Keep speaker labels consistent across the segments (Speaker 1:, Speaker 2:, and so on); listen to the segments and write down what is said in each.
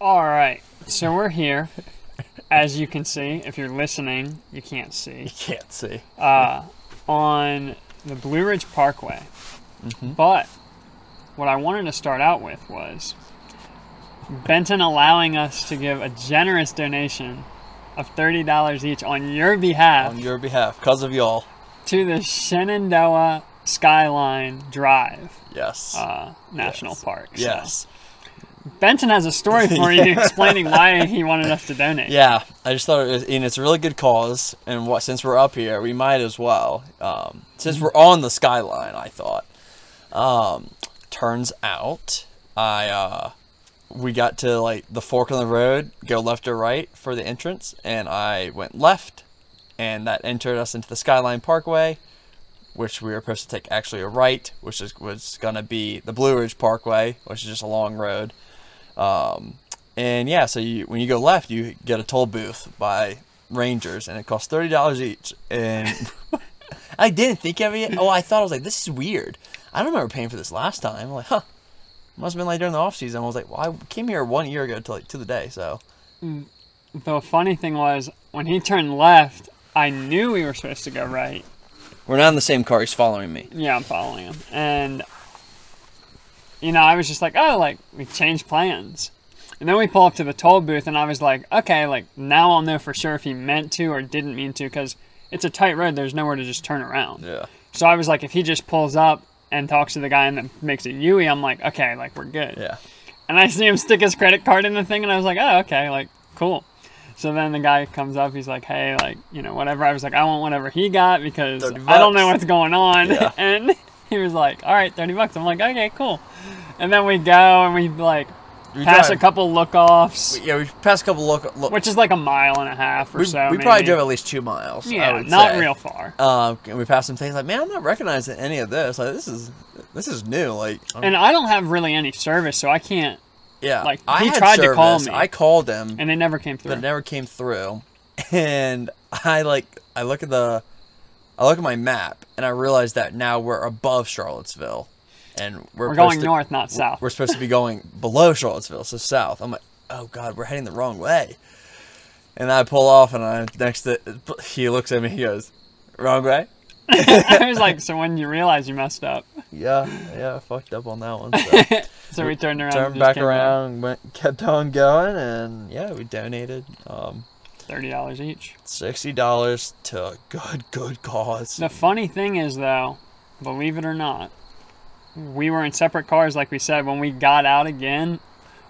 Speaker 1: All right. So we're here. As you can see, if you're listening, you can't see.
Speaker 2: Can't see.
Speaker 1: Uh, on the Blue Ridge Parkway.
Speaker 2: Mm-hmm.
Speaker 1: But what I wanted to start out with was Benton allowing us to give a generous donation of $30 each on your behalf
Speaker 2: On your behalf, because of y'all.
Speaker 1: to the Shenandoah Skyline Drive
Speaker 2: Yes.
Speaker 1: uh, National Park. So
Speaker 2: yes.
Speaker 1: Benton has a story for you explaining why he wanted us to donate.
Speaker 2: Yeah. I just thought it was, and it's a really good cause. And what, since we're up here, we might as well. Um, since we're on the skyline, I thought. Um, turns out, I uh, we got to like the fork in the road, go left or right for the entrance, and I went left, and that entered us into the Skyline Parkway, which we were supposed to take actually a right, which is was gonna be the Blue Ridge Parkway, which is just a long road. Um, and yeah, so you, when you go left, you get a toll booth by rangers, and it costs thirty dollars each. And I didn't think of it. Oh, I thought I was like, this is weird. I don't remember paying for this last time. I'm like, huh? Must have been like during the off season. I was like, well, I came here one year ago to like to the day. So
Speaker 1: The funny thing was, when he turned left, I knew we were supposed to go right.
Speaker 2: we're not in the same car. He's following me.
Speaker 1: Yeah, I'm following him. And, you know, I was just like, oh, like, we changed plans. And then we pull up to the toll booth, and I was like, okay, like, now I'll know for sure if he meant to or didn't mean to, because it's a tight road. There's nowhere to just turn around.
Speaker 2: Yeah.
Speaker 1: So I was like, if he just pulls up and talks to the guy and then makes a Yui, I'm like, okay, like, we're good.
Speaker 2: Yeah.
Speaker 1: And I see him stick his credit card in the thing, and I was like, oh, okay, like, cool. So then the guy comes up, he's like, hey, like, you know, whatever. I was like, I want whatever he got because
Speaker 2: 30
Speaker 1: I don't know
Speaker 2: bucks.
Speaker 1: what's going on.
Speaker 2: Yeah.
Speaker 1: And he was like, all right, 30 bucks. I'm like, okay, cool. And then we go and we, like,
Speaker 2: We
Speaker 1: pass
Speaker 2: drive-
Speaker 1: a couple look offs,
Speaker 2: Yeah, we passed a couple local. Look,
Speaker 1: which is like a mile and a half or
Speaker 2: we,
Speaker 1: so.
Speaker 2: we probably
Speaker 1: maybe.
Speaker 2: drove at least two miles. I
Speaker 1: Yeah,
Speaker 2: would
Speaker 1: not
Speaker 2: say.
Speaker 1: real far.
Speaker 2: Um, and we passed some things like, man, I'm not recognizing any of this. Like, this is this is new. Like, I'm-
Speaker 1: And I don't have really any service, so I can't.
Speaker 2: yeah,
Speaker 1: like,
Speaker 2: I
Speaker 1: he
Speaker 2: had
Speaker 1: tried to call
Speaker 2: service.
Speaker 1: me.
Speaker 2: I called him.
Speaker 1: And they never came through.
Speaker 2: but it never came through. And I like I look at the I look at my map and I realize that now we're above Charlottesville, and we're,
Speaker 1: We're
Speaker 2: supposed
Speaker 1: going
Speaker 2: to-
Speaker 1: north, not south.
Speaker 2: We're supposed to be going below Charlottesville, so south. I'm like, oh god, we're heading the wrong way. And I pull off, and I next to he looks at me, he goes, wrong way.
Speaker 1: I was like, so when you realize you messed up,
Speaker 2: Yeah, yeah, I fucked up on that one. So.
Speaker 1: so we turned around. and
Speaker 2: Turned
Speaker 1: just
Speaker 2: back
Speaker 1: came back.
Speaker 2: around, went, kept on going, and yeah, we donated. Um,
Speaker 1: Thirty dollars each.
Speaker 2: sixty dollars to a good, good cause.
Speaker 1: The funny thing is, though, believe it or not, we were in separate cars, like we said. When we got out again,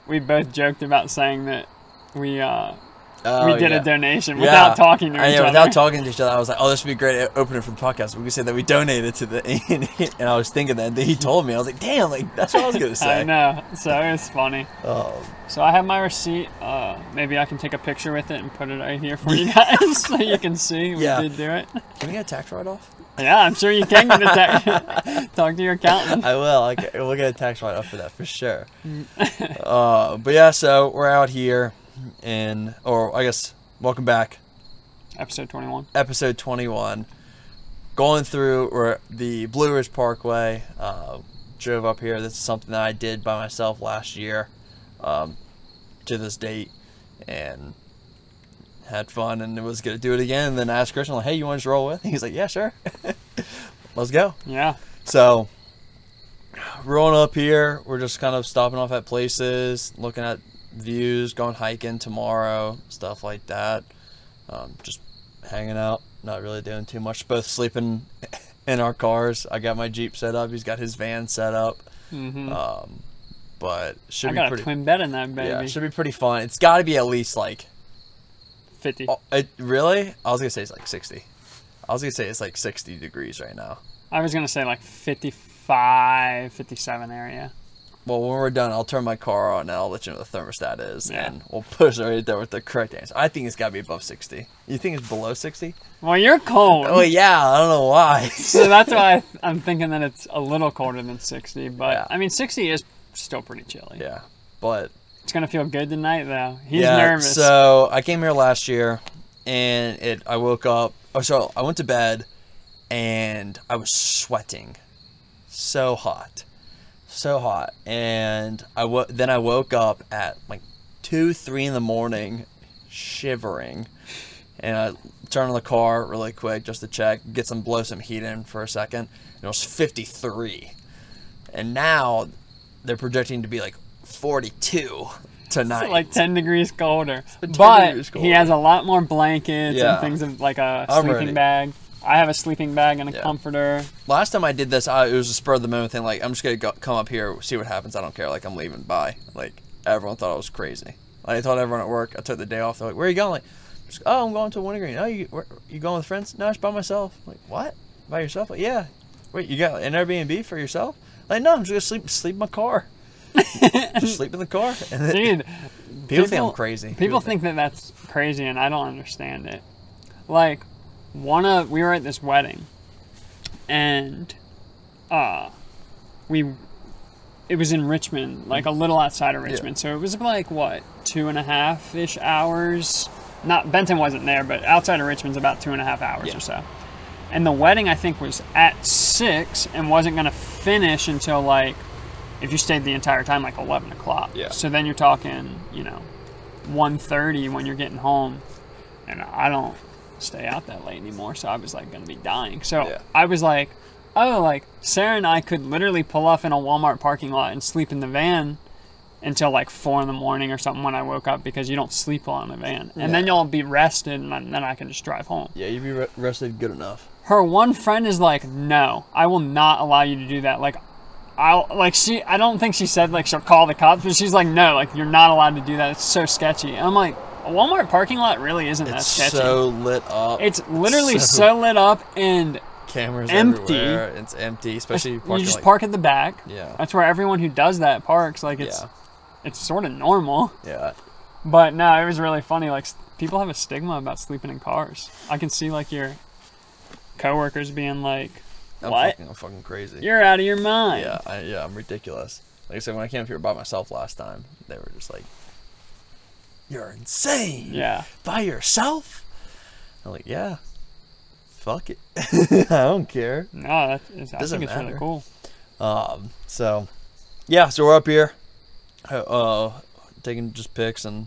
Speaker 1: we both joked about saying that we uh,
Speaker 2: Oh,
Speaker 1: we did
Speaker 2: yeah.
Speaker 1: a donation
Speaker 2: Yeah.
Speaker 1: without talking to
Speaker 2: Uh,
Speaker 1: each
Speaker 2: yeah,
Speaker 1: other.
Speaker 2: without talking to each other. I was like, "Oh, this would be a great o- opener for the podcast." We could say that we donated to the, and I was thinking that. Then he told me, I was like, "Damn, like that's what I was gonna
Speaker 1: I
Speaker 2: say."
Speaker 1: know, so it was funny.
Speaker 2: Um,
Speaker 1: So I have my receipt. Uh, maybe I can take a picture with it and put it right here for you guys, so you can see we
Speaker 2: Yeah.
Speaker 1: did do it.
Speaker 2: can we get a tax write-off?
Speaker 1: Yeah, I'm sure you can get a tech. Talk to your accountant.
Speaker 2: I will. I ca- we'll get a tax write-off for that for sure.
Speaker 1: Mm.
Speaker 2: uh, but yeah, so we're out here, and or I guess welcome back.
Speaker 1: Episode 21.
Speaker 2: episode 21 going through or the blue ridge parkway uh, drove up here this is something that i did by myself last year um, to this date and had fun and was gonna do it again and then asked christian like hey you want to just roll with he's like yeah sure let's go
Speaker 1: Yeah.
Speaker 2: so rolling up here, we're just kind of stopping off at places, looking at views, going hiking tomorrow, stuff like that. Um, just hanging out, not really doing too much. Both sleeping in our cars. I got my Jeep set up. He's got his van set up.
Speaker 1: hmm
Speaker 2: Um, but should
Speaker 1: I
Speaker 2: be
Speaker 1: got
Speaker 2: pretty.
Speaker 1: a twin bed in that baby.
Speaker 2: yeah, should be pretty fun. It's got to be at least like
Speaker 1: 50.
Speaker 2: oh, it, really. I was gonna say it's like sixty. I was gonna say it's like sixty degrees right now.
Speaker 1: I was going to say like 55, 57 area.
Speaker 2: Well, when we're done, I'll turn my car on and I'll let you know what the thermostat is,
Speaker 1: Yeah.
Speaker 2: and we'll push it right there with the correct answer. I think it's got to be above sixty. You think it's below sixty?
Speaker 1: Well, you're cold.
Speaker 2: Oh yeah, I don't know why.
Speaker 1: So that's why I, I'm thinking that it's a little colder than 60. But
Speaker 2: Yeah.
Speaker 1: I mean, 60 is still pretty chilly.
Speaker 2: yeah, but
Speaker 1: It's going to feel good tonight, though. He's
Speaker 2: yeah. uh,
Speaker 1: nervous.
Speaker 2: So I came here last year, and it. I woke up. Oh, so I went to bed, and I was sweating, so hot, so hot, and I wo- then I woke up at like two, three in the morning, shivering, and I turn on the car really quick just to check, get some blow some heat in for a second, and it was 53, and now they're projecting to be like 42 tonight.
Speaker 1: It's like 10 degrees colder.
Speaker 2: 10
Speaker 1: but
Speaker 2: degrees
Speaker 1: he
Speaker 2: colder.
Speaker 1: has a lot more blankets
Speaker 2: Yeah.
Speaker 1: and things of like a
Speaker 2: I'm
Speaker 1: sleeping
Speaker 2: ready.
Speaker 1: bag. I have a sleeping bag and a
Speaker 2: Yeah.
Speaker 1: comforter.
Speaker 2: Last time I did this, I, it was a spur of the moment thing. Like, I'm just gonna go, come up here, see what happens. I don't care. Like, I'm leaving. Bye. Like, everyone thought I was crazy. Like, I told everyone at work. I took the day off. They're like, "Where are you going?" Like, just, "Oh, I'm going to Wintergreen." Oh, you where, you going with friends? No, it's by myself. I'm like, what? By yourself? Like, yeah. Wait, you got an Airbnb for yourself? Like, no, I'm just gonna sleep sleep in my car. just sleep in the car. And then,
Speaker 1: Dude,
Speaker 2: people, think I'm crazy.
Speaker 1: People think that that's crazy, and I don't understand it. Like, one of we were at this wedding, and uh, we it was in Richmond, like a
Speaker 2: Mm-hmm.
Speaker 1: little outside of Richmond. So it was like what two and a half ish hours. Not Benton wasn't there, but outside of Richmond's about two and a half hours
Speaker 2: Yeah.
Speaker 1: or so. And the wedding I think was at six and wasn't gonna finish until like if you stayed the entire time like eleven o'clock.
Speaker 2: Yeah.
Speaker 1: So then you're talking, you know, 1.30 when you're getting home and i don't stay out that late anymore so i was like gonna be dying so
Speaker 2: Yeah.
Speaker 1: i was like oh like sarah and i could literally pull off in a walmart parking lot and sleep in the van until like four in the morning or something when i woke up because you don't sleep while in the van and then
Speaker 2: Yeah.
Speaker 1: you'll be rested and then i can just drive home
Speaker 2: Yeah, you'd be re- rested good enough.
Speaker 1: her one friend is like no i will not allow you to do that like I'll, like she i don't think she said like she'll call the cops but she's like no like you're not allowed to do that it's so sketchy and i'm like a walmart parking lot really isn't that
Speaker 2: It's
Speaker 1: sketchy
Speaker 2: so lit up.
Speaker 1: it's literally
Speaker 2: so-
Speaker 1: so, lit up and
Speaker 2: cameras
Speaker 1: empty.
Speaker 2: everywhere. It's empty, especially
Speaker 1: you
Speaker 2: parking
Speaker 1: just
Speaker 2: lot.
Speaker 1: park at the back
Speaker 2: Yeah.
Speaker 1: that's where everyone who does that parks like it's
Speaker 2: Yeah.
Speaker 1: it's sort of normal
Speaker 2: Yeah.
Speaker 1: but no it was really funny like s- people have a stigma about sleeping in cars i can see like your coworkers being like
Speaker 2: I'm
Speaker 1: What?
Speaker 2: fucking, I'm fucking crazy.
Speaker 1: you're out of your mind
Speaker 2: yeah, I, yeah, I'm ridiculous. Like I said, when I came up here by myself last time, they were just like, "You're insane."
Speaker 1: yeah
Speaker 2: By yourself? I'm like, yeah. Fuck it. I don't care.
Speaker 1: No, that is, I
Speaker 2: Doesn't
Speaker 1: think it's really
Speaker 2: matter.
Speaker 1: cool.
Speaker 2: Um. So, yeah. So we're up here, uh, uh, taking just pics and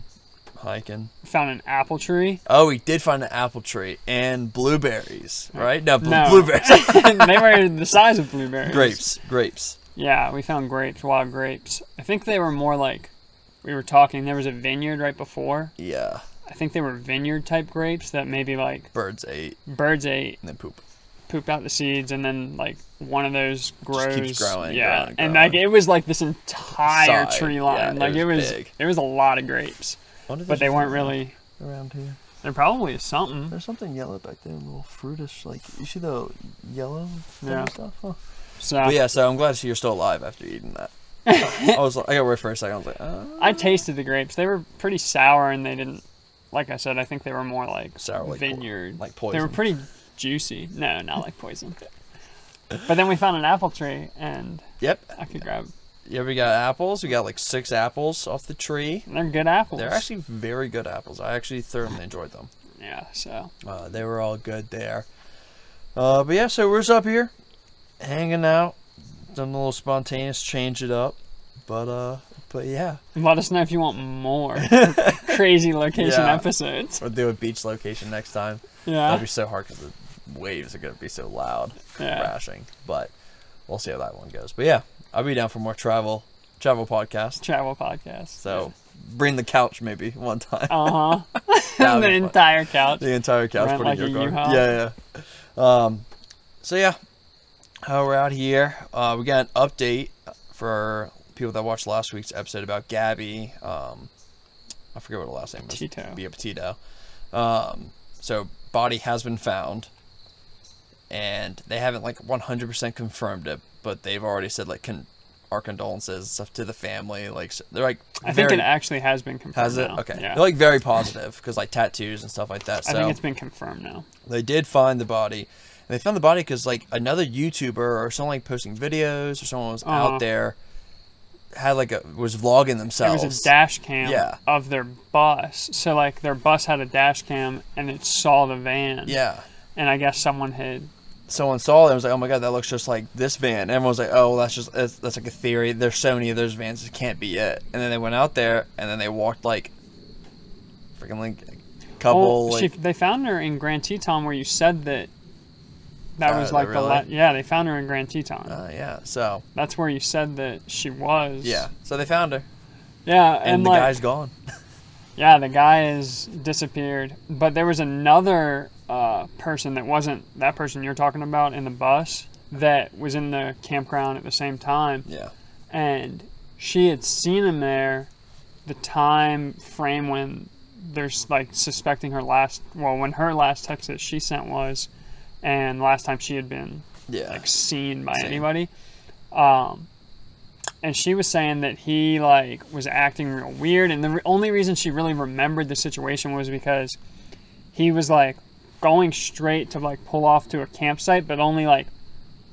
Speaker 2: hiking.
Speaker 1: Found an apple tree.
Speaker 2: Oh, we did find an apple tree and blueberries, right? No, bl-
Speaker 1: No.
Speaker 2: blueberries.
Speaker 1: they were the size of blueberries.
Speaker 2: grapes, grapes.
Speaker 1: Yeah, we found grapes, wild grapes. I think they were more like we were talking. There was a vineyard right before.
Speaker 2: Yeah,
Speaker 1: I think they were vineyard type grapes that maybe like
Speaker 2: birds ate
Speaker 1: birds ate,
Speaker 2: and then poop.
Speaker 1: pooped out the seeds, and then like one of those grows.
Speaker 2: keeps growing,
Speaker 1: Yeah,
Speaker 2: growing,
Speaker 1: and
Speaker 2: growing.
Speaker 1: like it was like this entire
Speaker 2: Side,
Speaker 1: tree
Speaker 2: yeah,
Speaker 1: line.
Speaker 2: it
Speaker 1: like it
Speaker 2: was
Speaker 1: was,
Speaker 2: big.
Speaker 1: it was a lot of grapes,
Speaker 2: Wonder if
Speaker 1: but they
Speaker 2: there's
Speaker 1: weren't
Speaker 2: anything
Speaker 1: really.
Speaker 2: around here.
Speaker 1: There probably is something.
Speaker 2: There's something yellow back there, a little fruitish. Like you see the yellow thing
Speaker 1: Yeah.
Speaker 2: and stuff. Huh?
Speaker 1: So
Speaker 2: But yeah, so I'm glad to see you're still alive after eating that. I was like, I got worried for a second. I was like, uh,
Speaker 1: I tasted the grapes. They were pretty sour, and they didn't. Like I said, I think they were more like
Speaker 2: Sour, like po-
Speaker 1: vineyard,
Speaker 2: like
Speaker 1: They
Speaker 2: poison.
Speaker 1: were pretty juicy. No, not like poison. but then we found an apple tree, and
Speaker 2: yep.
Speaker 1: I could grab.
Speaker 2: Yeah, we got apples. We got like six apples off the tree.
Speaker 1: They're good apples.
Speaker 2: They're actually very good apples. I actually thoroughly enjoyed them.
Speaker 1: yeah. So
Speaker 2: Uh, they were all good there. Uh, but yeah, so we're just up here, hanging out, done a little spontaneous change it up, but uh, but yeah,
Speaker 1: let us know if you want more crazy location
Speaker 2: Yeah.
Speaker 1: episodes.
Speaker 2: we'll do a beach location next time. That'd
Speaker 1: Yeah.
Speaker 2: be so hard because the waves are gonna be so loud,
Speaker 1: Yeah.
Speaker 2: crashing. But we'll see how that one goes. But yeah, I'll be down for more travel, travel podcast.
Speaker 1: Travel podcast.
Speaker 2: So bring the couch maybe one time.
Speaker 1: Uh huh.
Speaker 2: That would
Speaker 1: the
Speaker 2: be fun.
Speaker 1: entire couch.
Speaker 2: The entire couch
Speaker 1: Rent
Speaker 2: put
Speaker 1: like
Speaker 2: in
Speaker 1: a
Speaker 2: your car.
Speaker 1: U-Haul.
Speaker 2: Yeah, yeah. Um, so yeah, uh, we're out here. Uh, we got an update for people that watched last week's episode about Gabby. Um, I forget what her last name was.
Speaker 1: Petito.
Speaker 2: Bia Petito. Um, so body has been found, and they haven't like 100% confirmed it, but they've already said like con- our condolences and stuff to the family. Like so they're like
Speaker 1: I think
Speaker 2: very,
Speaker 1: it actually has been confirmed.
Speaker 2: has it
Speaker 1: now.
Speaker 2: okay.
Speaker 1: Yeah.
Speaker 2: They're like very positive because like tattoos and stuff like that.
Speaker 1: I
Speaker 2: so
Speaker 1: think it's been confirmed now.
Speaker 2: they did find the body and they found the body because like another youtuber or someone like posting videos or someone was
Speaker 1: Uh-huh.
Speaker 2: out there had like a was vlogging themselves
Speaker 1: It was a dash cam
Speaker 2: Yeah.
Speaker 1: of their bus. So like their bus had a dash cam and it saw the van.
Speaker 2: yeah
Speaker 1: And I guess someone had
Speaker 2: someone saw it and was like, "Oh my god, that looks just like this van." And everyone was like, "Oh, well, that's just that's, that's like a theory. There's so many of those vans, it can't be it." And then they went out there and then they walked like freaking like a couple
Speaker 1: Well, Oh, she,
Speaker 2: like
Speaker 1: they found her in Grand Teton where you said that. That
Speaker 2: Uh,
Speaker 1: was like the
Speaker 2: really?
Speaker 1: la- yeah they found her in Grand Teton.
Speaker 2: uh, yeah. So
Speaker 1: That's where you said that she was.
Speaker 2: yeah, so they found her
Speaker 1: Yeah, and,
Speaker 2: and, the
Speaker 1: like,
Speaker 2: guy's gone.
Speaker 1: yeah, the guy is disappeared. But there was another uh, person that wasn't that person you're talking about in the bus that was in the campground at the same time,
Speaker 2: Yeah.
Speaker 1: and she had seen him there. The time frame when there's like suspecting her last well when her last text that she sent was, and last time she had been
Speaker 2: Yeah.
Speaker 1: like seen by
Speaker 2: Same.
Speaker 1: anybody. Um, and she was saying that he like was acting real weird, and the re- only reason she really remembered the situation was because he was like going straight to like pull off to a campsite, but only like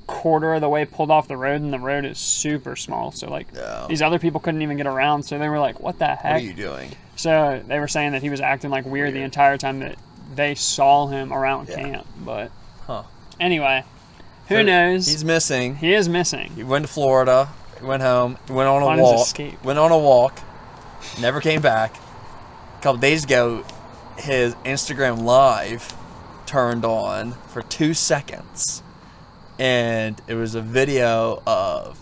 Speaker 1: quarter of the way pulled off the road, and the road is super small, so like
Speaker 2: Yeah.
Speaker 1: these other people couldn't even get around, so they were like, "What the
Speaker 2: What are
Speaker 1: heck?"
Speaker 2: you doing?
Speaker 1: so they were saying that he was acting like weird, the
Speaker 2: Weird.
Speaker 1: entire time that they saw him around
Speaker 2: Yeah.
Speaker 1: camp, but
Speaker 2: Huh.
Speaker 1: anyway, who
Speaker 2: So
Speaker 1: knows?
Speaker 2: He's missing.
Speaker 1: He is missing.
Speaker 2: He went to Florida, went home, went on a
Speaker 1: On his
Speaker 2: walk,
Speaker 1: escape.
Speaker 2: went on a walk, never came back. A couple days ago, his Instagram live turned on for two seconds, and it was a video of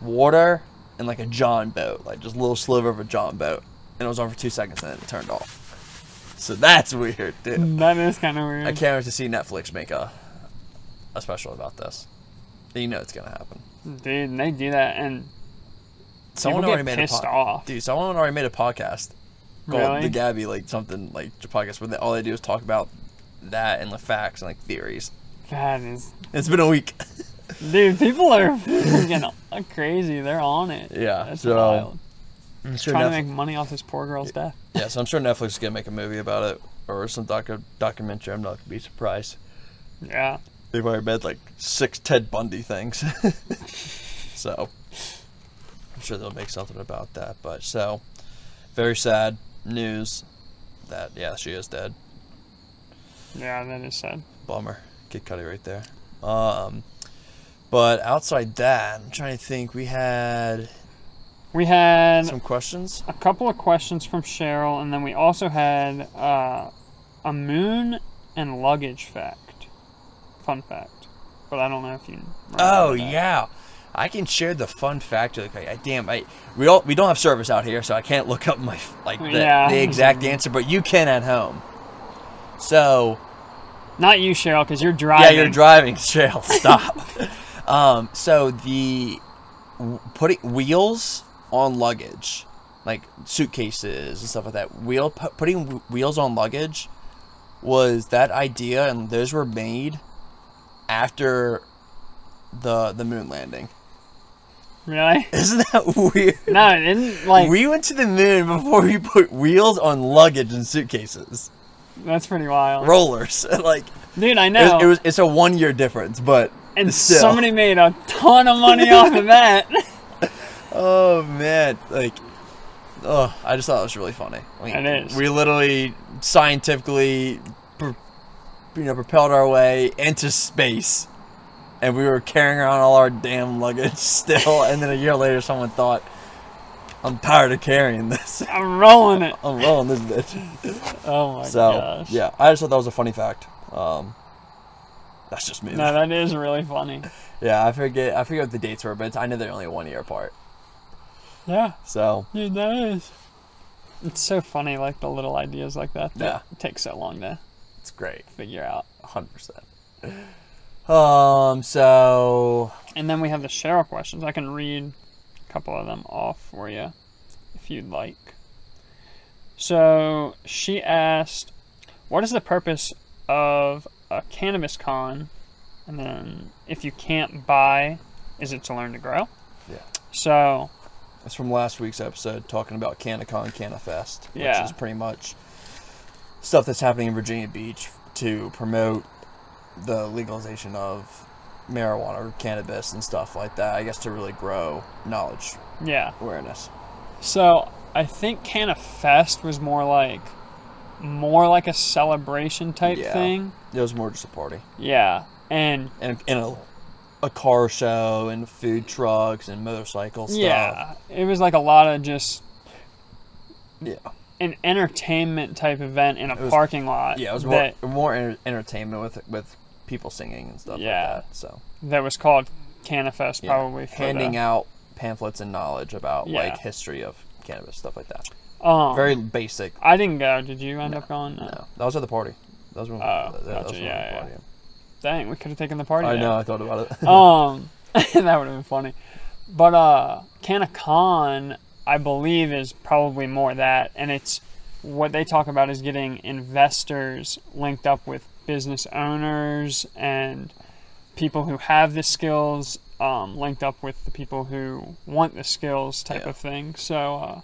Speaker 2: water and like a john boat, like just a little sliver of a john boat, and it was on for two seconds and then it turned off. So that's weird, dude.
Speaker 1: That is kind of weird.
Speaker 2: I can't wait to see Netflix make a a special about this. You know it's gonna happen.
Speaker 1: Dude, and they do that, and
Speaker 2: Someone
Speaker 1: People get
Speaker 2: already made
Speaker 1: pissed
Speaker 2: a pod-
Speaker 1: off.
Speaker 2: Dude, someone already made a podcast called
Speaker 1: Really?
Speaker 2: the Gabby, like something like the podcast where they, all they do is talk about that and like facts and like theories.
Speaker 1: that is,
Speaker 2: It's been a week.
Speaker 1: dude, people are freaking crazy. They're on it.
Speaker 2: Yeah,
Speaker 1: that's
Speaker 2: so-
Speaker 1: wild.
Speaker 2: I'm sure
Speaker 1: Trying to
Speaker 2: Netflix-
Speaker 1: make money off this poor girl's death.
Speaker 2: yeah, so I'm sure Netflix is gonna make a movie about it or some docu- documentary. I'm not gonna be surprised.
Speaker 1: Yeah,
Speaker 2: They've already made like six Ted Bundy things. so I'm sure they'll make something about that. But so very sad news that yeah, she is dead.
Speaker 1: yeah, that is sad.
Speaker 2: Bummer. Kid Cudi right there. Um, but outside that, I'm trying to think. We had
Speaker 1: We had
Speaker 2: some questions.
Speaker 1: a couple of questions from Cheryl, and then we also had uh, a moon and luggage fact. Fun fact, but I don't know if you. remember
Speaker 2: Oh
Speaker 1: that.
Speaker 2: yeah, I can share the fun fact. Like, I, I- damn, I we all we don't have service out here, so I can't look up my like the,
Speaker 1: Yeah.
Speaker 2: the exact answer, but you can at home. So
Speaker 1: Not you, Cheryl, because you're driving.
Speaker 2: Yeah, you're driving. Chill. Stop. um, so the w- putting wheels on luggage, like suitcases and stuff like that. Wheel pu- putting w- wheels on luggage was that idea, and those were made after the the moon landing.
Speaker 1: Really?
Speaker 2: Isn't that weird?
Speaker 1: No, it didn't. Like
Speaker 2: we went to the moon before we put wheels on luggage and suitcases,
Speaker 1: that's pretty wild,
Speaker 2: rollers. like
Speaker 1: dude. I
Speaker 2: it
Speaker 1: know.
Speaker 2: was, it was, it's a one year difference, but
Speaker 1: And
Speaker 2: still.
Speaker 1: somebody made a ton of money off of that.
Speaker 2: Oh man, like, oh, I just thought it was really funny. Like,
Speaker 1: It is.
Speaker 2: We literally scientifically, pr- you know, propelled our way into space, and we were carrying around all our damn luggage still. and then a year later, someone thought, "I'm tired of carrying this.
Speaker 1: I'm rolling it.
Speaker 2: I'm rolling this bitch."
Speaker 1: Oh my
Speaker 2: So
Speaker 1: gosh.
Speaker 2: yeah, I just thought that was a funny fact. Um, that's just me.
Speaker 1: No, that is really funny.
Speaker 2: yeah, I forget. I forget what the dates were, but I know they're only one year apart.
Speaker 1: Yeah,
Speaker 2: So
Speaker 1: dude, that is. It's so funny, like the little ideas like that that
Speaker 2: Yeah.
Speaker 1: take so long to
Speaker 2: it's great.
Speaker 1: figure out.
Speaker 2: hundred percent. Um. So
Speaker 1: And then we have the Cheryl questions. I can read a couple of them off for you if you'd like. So she asked, What is the purpose of a cannabis con? And then if you can't buy, is it to learn to grow?
Speaker 2: Yeah.
Speaker 1: So,
Speaker 2: it's from last week's episode talking about CanaCon, CanaFest, which
Speaker 1: Yeah.
Speaker 2: is pretty much stuff that's happening in Virginia Beach to promote the legalization of marijuana or cannabis and stuff like that. I guess to really grow knowledge
Speaker 1: yeah.
Speaker 2: awareness.
Speaker 1: So I think Canna Fest was more like more like a celebration type
Speaker 2: Yeah.
Speaker 1: thing.
Speaker 2: It was more just a party.
Speaker 1: Yeah. and
Speaker 2: and in a, a car show and food trucks and motorcycle stuff.
Speaker 1: yeah, it was like a lot of just
Speaker 2: yeah,
Speaker 1: an entertainment type event in a
Speaker 2: was-
Speaker 1: parking lot.
Speaker 2: yeah. It was more
Speaker 1: that,
Speaker 2: more enter- entertainment with with people singing and stuff.
Speaker 1: Yeah.
Speaker 2: like that, so
Speaker 1: that was called Canifest,
Speaker 2: yeah.
Speaker 1: probably for
Speaker 2: handing
Speaker 1: the,
Speaker 2: out pamphlets and knowledge about
Speaker 1: Yeah.
Speaker 2: like history of cannabis stuff like that.
Speaker 1: Um,
Speaker 2: Very basic.
Speaker 1: I didn't go. Did you end up going? No.
Speaker 2: No, that was at the party. That was when.
Speaker 1: Oh,
Speaker 2: that, that
Speaker 1: gotcha,
Speaker 2: was when
Speaker 1: yeah,
Speaker 2: the
Speaker 1: yeah.
Speaker 2: party.
Speaker 1: Dang, we could have taken the party.
Speaker 2: I
Speaker 1: there.
Speaker 2: know. I thought about it.
Speaker 1: um, that would have been funny. But uh, Canacon, I believe, is probably more that, and it's what they talk about is getting investors linked up with business owners and people who have the skills um, linked up with the people who want the skills type
Speaker 2: Yeah.
Speaker 1: of thing. So uh,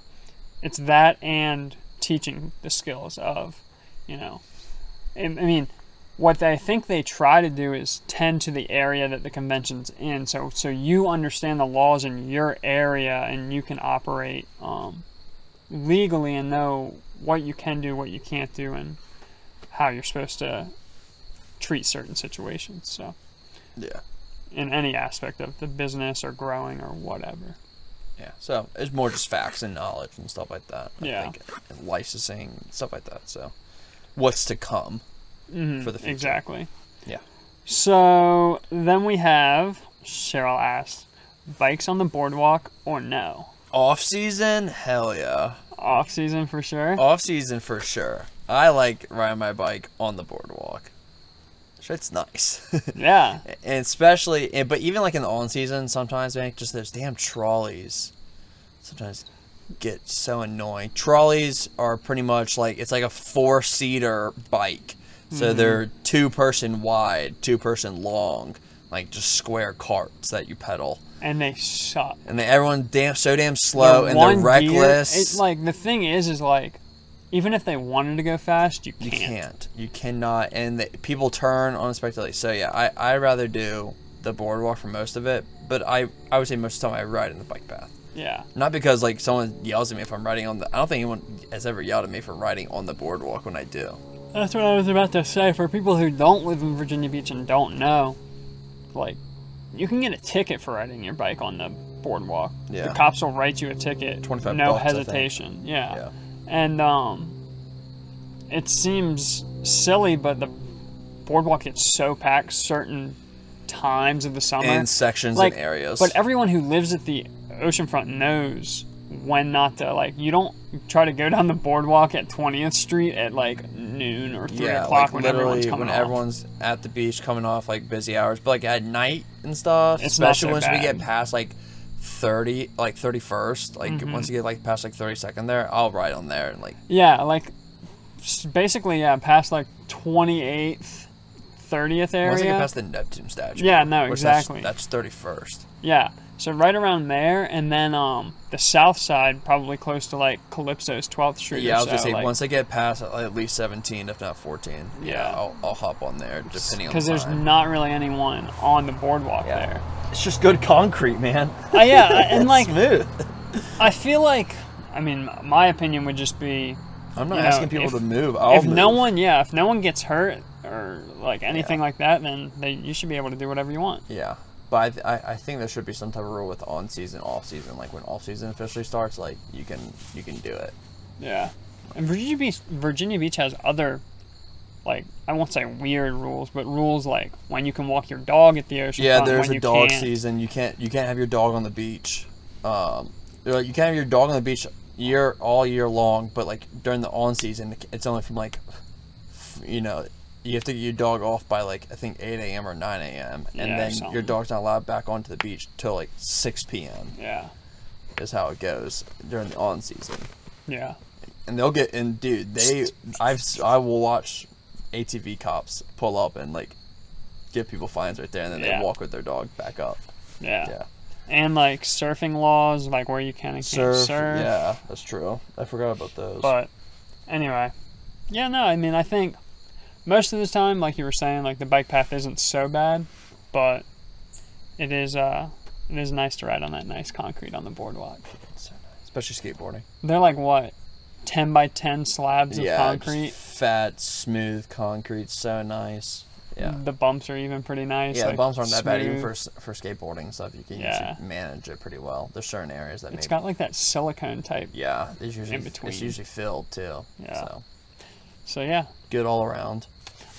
Speaker 1: it's that and teaching the skills of, you know, I I mean, what I think they try to do is tend to the area that the convention's in, so so you understand the laws in your area and you can operate um, legally and know what you can do, what you can't do, and how you're supposed to treat certain situations. So
Speaker 2: yeah.
Speaker 1: in any aspect of the business or growing or whatever.
Speaker 2: Yeah, so it's more just facts and knowledge and stuff like that. I
Speaker 1: Yeah.
Speaker 2: think, and licensing and stuff like that. So, what's to come for the future?
Speaker 1: Mm-hmm. Exactly.
Speaker 2: Yeah.
Speaker 1: So then we have Cheryl asks, bikes on the boardwalk or no?
Speaker 2: Off season, hell yeah.
Speaker 1: Off season for sure.
Speaker 2: Off season for sure. I like riding my bike on the boardwalk. Shit's nice,
Speaker 1: Yeah.
Speaker 2: and especially, and, but even like in the on season, sometimes man, just those damn trolleys. Sometimes get so annoying. Trolleys are pretty much like it's like a four seater bike. So
Speaker 1: Mm-hmm.
Speaker 2: they're two person wide, two person long, like just square carts that you pedal.
Speaker 1: And they suck.
Speaker 2: And they, everyone damn so damn slow and
Speaker 1: one
Speaker 2: they're
Speaker 1: gear-
Speaker 2: reckless.
Speaker 1: it's like the thing is is like even if they wanted to go fast, you
Speaker 2: you
Speaker 1: can't.
Speaker 2: can't. You cannot and the, people turn unexpectedly. So yeah, I I rather do the boardwalk for most of it, but I I would say most of the time I ride in the bike path.
Speaker 1: Yeah.
Speaker 2: Not because like someone yells at me if I'm riding on the. I don't think anyone has ever yelled at me for riding on the boardwalk when I do.
Speaker 1: That's what I was about to say. For people who don't live in Virginia Beach and don't know, like, you can get a ticket for riding your bike on the boardwalk.
Speaker 2: Yeah.
Speaker 1: The cops will write you a ticket.
Speaker 2: 25
Speaker 1: No
Speaker 2: bucks, I think.
Speaker 1: hesitation. Yeah.
Speaker 2: Yeah.
Speaker 1: And um, it seems silly, but the boardwalk gets so packed certain times of the summer.
Speaker 2: In sections and areas.
Speaker 1: But everyone who lives at the oceanfront knows when not to like. You don't try to go down the boardwalk at 20th Street at like noon or three
Speaker 2: yeah,
Speaker 1: o'clock
Speaker 2: like
Speaker 1: when everyone's
Speaker 2: literally
Speaker 1: coming.
Speaker 2: when
Speaker 1: off.
Speaker 2: everyone's at the beach coming off like busy hours, but like at night and stuff,
Speaker 1: It's not
Speaker 2: especially
Speaker 1: so
Speaker 2: once we get
Speaker 1: bad.
Speaker 2: past like thirty, like thirty first, like
Speaker 1: Mm-hmm.
Speaker 2: once you get like past like thirty second there, I'll ride on there and like
Speaker 1: yeah, like s- basically yeah, past like 28th, 30th area.
Speaker 2: once I get past the Neptune statue.
Speaker 1: Yeah, no,
Speaker 2: which
Speaker 1: exactly.
Speaker 2: That's thirty first.
Speaker 1: Yeah. So right around there, and then um the south side, probably close to like Calypso's 12th Street. or
Speaker 2: Yeah, I was gonna
Speaker 1: so,
Speaker 2: say
Speaker 1: like-
Speaker 2: once I get past at least seventeen, if not fourteen. Yeah,
Speaker 1: Yeah.
Speaker 2: I'll, I'll hop on there depending on
Speaker 1: because
Speaker 2: the
Speaker 1: there's
Speaker 2: time.
Speaker 1: not really anyone on the boardwalk
Speaker 2: Yeah.
Speaker 1: there.
Speaker 2: It's just good concrete, man.
Speaker 1: Oh yeah, and like
Speaker 2: smooth.
Speaker 1: I feel like, I mean, my opinion would just be
Speaker 2: I'm not
Speaker 1: you know,
Speaker 2: asking people
Speaker 1: if-
Speaker 2: to move. I'll
Speaker 1: if no
Speaker 2: move.
Speaker 1: one, yeah, if no one gets hurt or like anything like that, then they, you should be able to do whatever you want.
Speaker 2: Yeah, but I, th- I I think there should be some type of rule with on season, off season. Like when off season officially starts, like you can you can do it.
Speaker 1: Yeah, and Virginia Beach, Virginia Beach has other, like I won't say weird rules, but rules like when you can walk your dog at the ocean.
Speaker 2: Yeah,
Speaker 1: front,
Speaker 2: there's
Speaker 1: when
Speaker 2: a
Speaker 1: you
Speaker 2: dog
Speaker 1: can't.
Speaker 2: season. You can't you can't have your dog on the beach. Um, you're like, you can't have your dog on the beach year all year long, but like during the on season, it's only from like, f- you know, you have to get your dog off by like I think 8 a.m. or 9 a.m. and
Speaker 1: Yeah,
Speaker 2: then your
Speaker 1: something.
Speaker 2: dog's not allowed back onto the beach till like 6 p.m.
Speaker 1: Yeah,
Speaker 2: is how it goes during the on season.
Speaker 1: yeah,
Speaker 2: and they'll get and dude they i've i will watch atv cops pull up and like give people fines right there and then
Speaker 1: Yeah.
Speaker 2: they walk with their dog back up
Speaker 1: yeah,
Speaker 2: yeah
Speaker 1: And like surfing laws, like where you can and can't
Speaker 2: surf,
Speaker 1: surf.
Speaker 2: yeah that's true i forgot about those
Speaker 1: But anyway, yeah, no, I mean, I think most of the time, like you were saying, like the bike path isn't so bad, but it is uh, it is nice to ride on that nice concrete on the boardwalk.
Speaker 2: So nice. especially skateboarding
Speaker 1: They're like what, ten by ten slabs of
Speaker 2: yeah just
Speaker 1: concrete.
Speaker 2: fat smooth concrete so nice Yeah.
Speaker 1: The bumps are even pretty nice.
Speaker 2: yeah,
Speaker 1: like,
Speaker 2: the bumps aren't that bad even
Speaker 1: smooth.
Speaker 2: for s- for skateboarding and stuff. You can
Speaker 1: Yeah.
Speaker 2: usually manage it pretty well. There's certain areas that
Speaker 1: It's
Speaker 2: maybe
Speaker 1: got like that silicone type.
Speaker 2: yeah, it's usually
Speaker 1: in between.
Speaker 2: it's usually filled too.
Speaker 1: Yeah.
Speaker 2: So
Speaker 1: So yeah.
Speaker 2: good all around.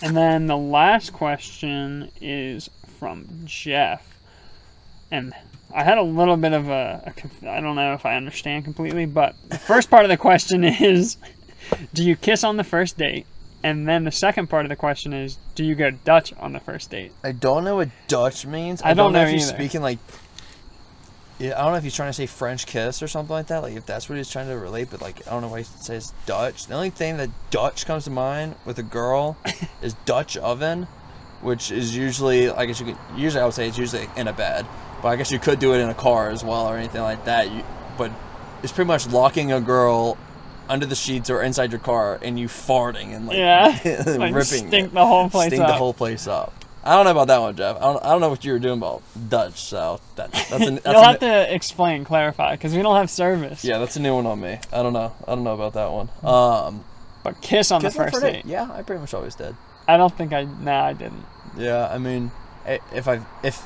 Speaker 1: And then the last question is from Jeff. And I had a little bit of a, a conf- I don't know if I understand completely, but the first part of the question is do you kiss on the first date? And then the second part of the question is do you go Dutch on the first date?
Speaker 2: I don't know what Dutch means.
Speaker 1: I don't
Speaker 2: know,
Speaker 1: know
Speaker 2: if he's
Speaker 1: either.
Speaker 2: speaking like. Yeah, I don't know if he's trying to say French kiss or something like that. Like if that's what he's trying to relate, but like I don't know why he says Dutch. The only thing that Dutch comes to mind with a girl is Dutch oven, which is usually I guess you could usually I would say it's usually in a bed, but I guess you could do it in a car as well or anything like that. You, but it's pretty much locking a girl under the sheets or inside your car and you farting and like
Speaker 1: Yeah. Like,
Speaker 2: ripping
Speaker 1: stink
Speaker 2: it
Speaker 1: the whole place
Speaker 2: stink
Speaker 1: up.
Speaker 2: the whole place up. I don't know about that one, Jeff. I don't, I don't know what you were doing about Dutch, so that, that's an, that's
Speaker 1: You'll
Speaker 2: a-
Speaker 1: have to explain, clarify, because we don't have service.
Speaker 2: yeah, that's a new one on me. I don't know. I don't know about that one. Um,
Speaker 1: But kiss on
Speaker 2: guess
Speaker 1: the
Speaker 2: what
Speaker 1: Hmm. first
Speaker 2: for
Speaker 1: date.
Speaker 2: it- Yeah, I pretty much always did.
Speaker 1: I don't think I. Nah, I didn't.
Speaker 2: Yeah, I mean, i- if I if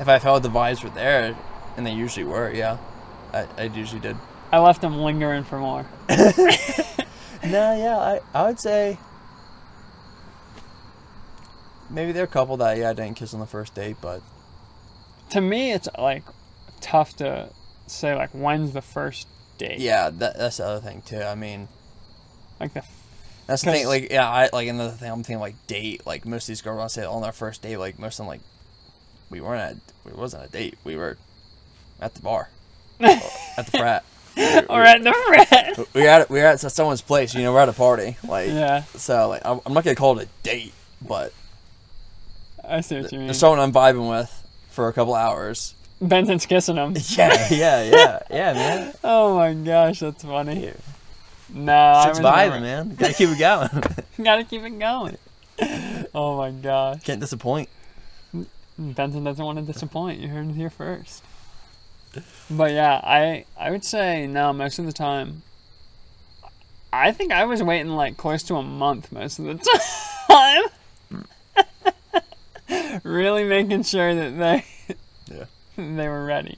Speaker 2: if I felt the vibes were there, and they usually were, yeah, I, I usually did.
Speaker 1: I left him lingering for more.
Speaker 2: No, yeah, I, I would say maybe there are a couple that yeah I didn't kiss on the first date, but
Speaker 1: To me, it's like tough to say like when's the first date.
Speaker 2: yeah, that, that's the other thing too. I mean,
Speaker 1: Like the
Speaker 2: That's the thing,
Speaker 1: 'Cause-
Speaker 2: like yeah, I like another thing I'm thinking like date. Like most of these girls when I say on our first date, like most of them like we weren't at we wasn't a date. We were at the bar. at the frat.
Speaker 1: or at the red.
Speaker 2: We were at we were at someone's place, you know, we're at a party. Like
Speaker 1: yeah,
Speaker 2: so like I'm, I'm not gonna call it a date, but
Speaker 1: I see what you mean.
Speaker 2: there's someone I'm vibing with for a couple hours.
Speaker 1: Benton's kissing him.
Speaker 2: Yeah, yeah, yeah, yeah, man.
Speaker 1: Oh my gosh, that's funny. No,
Speaker 2: Shit's
Speaker 1: I remember.
Speaker 2: vibing, man. Gotta keep it going.
Speaker 1: Gotta keep it going. Oh my gosh,
Speaker 2: Can't disappoint.
Speaker 1: Benton doesn't want to disappoint. You heard it here first. But yeah, I I would say no. Most of the time, I think I was waiting like close to a month most of the time. really making sure that they
Speaker 2: Yeah.
Speaker 1: they were ready.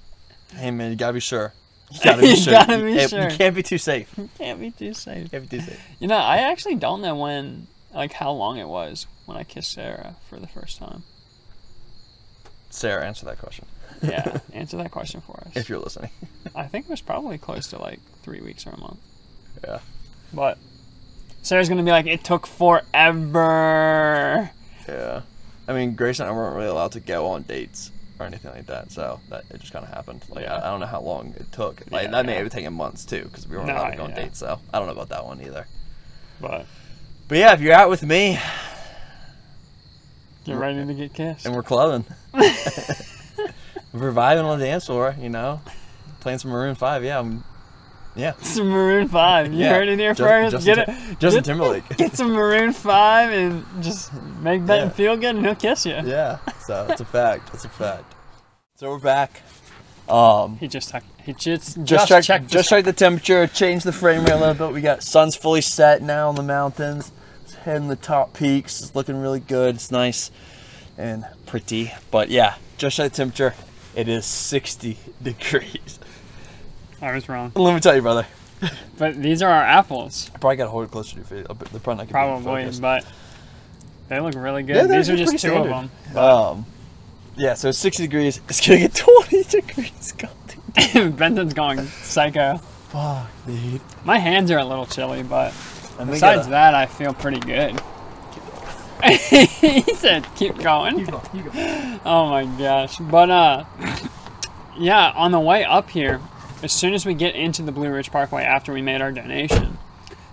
Speaker 2: Hey man, you gotta be sure. You gotta be
Speaker 1: You
Speaker 2: sure.
Speaker 1: gotta be
Speaker 2: eh,
Speaker 1: sure.
Speaker 2: You can't be too safe. You
Speaker 1: Can't be too safe.
Speaker 2: can't be too safe.
Speaker 1: You know, I actually don't know when, like, how long it was when I kissed Sarah for the first time.
Speaker 2: Sarah, answer that question
Speaker 1: Yeah, answer that question for us.
Speaker 2: if you're listening.
Speaker 1: I think it was probably close to like three weeks or a month.
Speaker 2: Yeah.
Speaker 1: But Sarah's gonna be like, it took forever.
Speaker 2: Yeah. I mean, Grace and I weren't really allowed to go on dates or anything like that, so that it just kind of happened. Like, I, I don't know how long it took. Like,
Speaker 1: Yeah,
Speaker 2: that may
Speaker 1: yeah.
Speaker 2: have taken months too, because we weren't
Speaker 1: Nah,
Speaker 2: allowed to go on
Speaker 1: yeah.
Speaker 2: dates. So I don't know about that one either.
Speaker 1: But
Speaker 2: But yeah, if you're out with me
Speaker 1: get ready to get kissed.
Speaker 2: and we're clubbing, we're vibing on the dance floor, you know, playing some Maroon Five. Yeah, I'm, yeah.
Speaker 1: Some Maroon Five. You
Speaker 2: yeah.
Speaker 1: heard it here
Speaker 2: Ju-
Speaker 1: first.
Speaker 2: Justin,
Speaker 1: get
Speaker 2: Tim-
Speaker 1: it.
Speaker 2: Justin
Speaker 1: get-
Speaker 2: Timberlake.
Speaker 1: Get some Maroon Five and just make Benton
Speaker 2: Yeah.
Speaker 1: feel good, and he'll kiss you.
Speaker 2: yeah. So it's a fact. It's a fact. So we're back. Um.
Speaker 1: He just he just just,
Speaker 2: just, check,
Speaker 1: checked
Speaker 2: just
Speaker 1: the-
Speaker 2: check the temperature, change the frame rate a little bit. We got sun's fully set now in the mountains. It's hitting the top peaks. It's looking really good. It's nice and pretty. But yeah, just check the temperature. It is 60 degrees.
Speaker 1: I was wrong.
Speaker 2: Let me tell you, brother.
Speaker 1: But these are our apples.
Speaker 2: I probably got to hold it closer to your face. I'll bet- They're probably not gonna be
Speaker 1: Probably,
Speaker 2: focused.
Speaker 1: but they look really good.
Speaker 2: Yeah, they're-
Speaker 1: These are
Speaker 2: they're
Speaker 1: just two
Speaker 2: pretty
Speaker 1: of
Speaker 2: standard.
Speaker 1: them.
Speaker 2: Um, yeah, so it's 60 degrees. It's gonna get 20 degrees. God, dude.
Speaker 1: Benton's going psycho.
Speaker 2: Fuck, dude.
Speaker 1: My hands are a little chilly, but
Speaker 2: And we
Speaker 1: besides
Speaker 2: gotta-
Speaker 1: that, I feel pretty good. he said, "Keep going." Oh my gosh! But uh, yeah. On the way up here, as soon as we get into the Blue Ridge Parkway after we made our donation,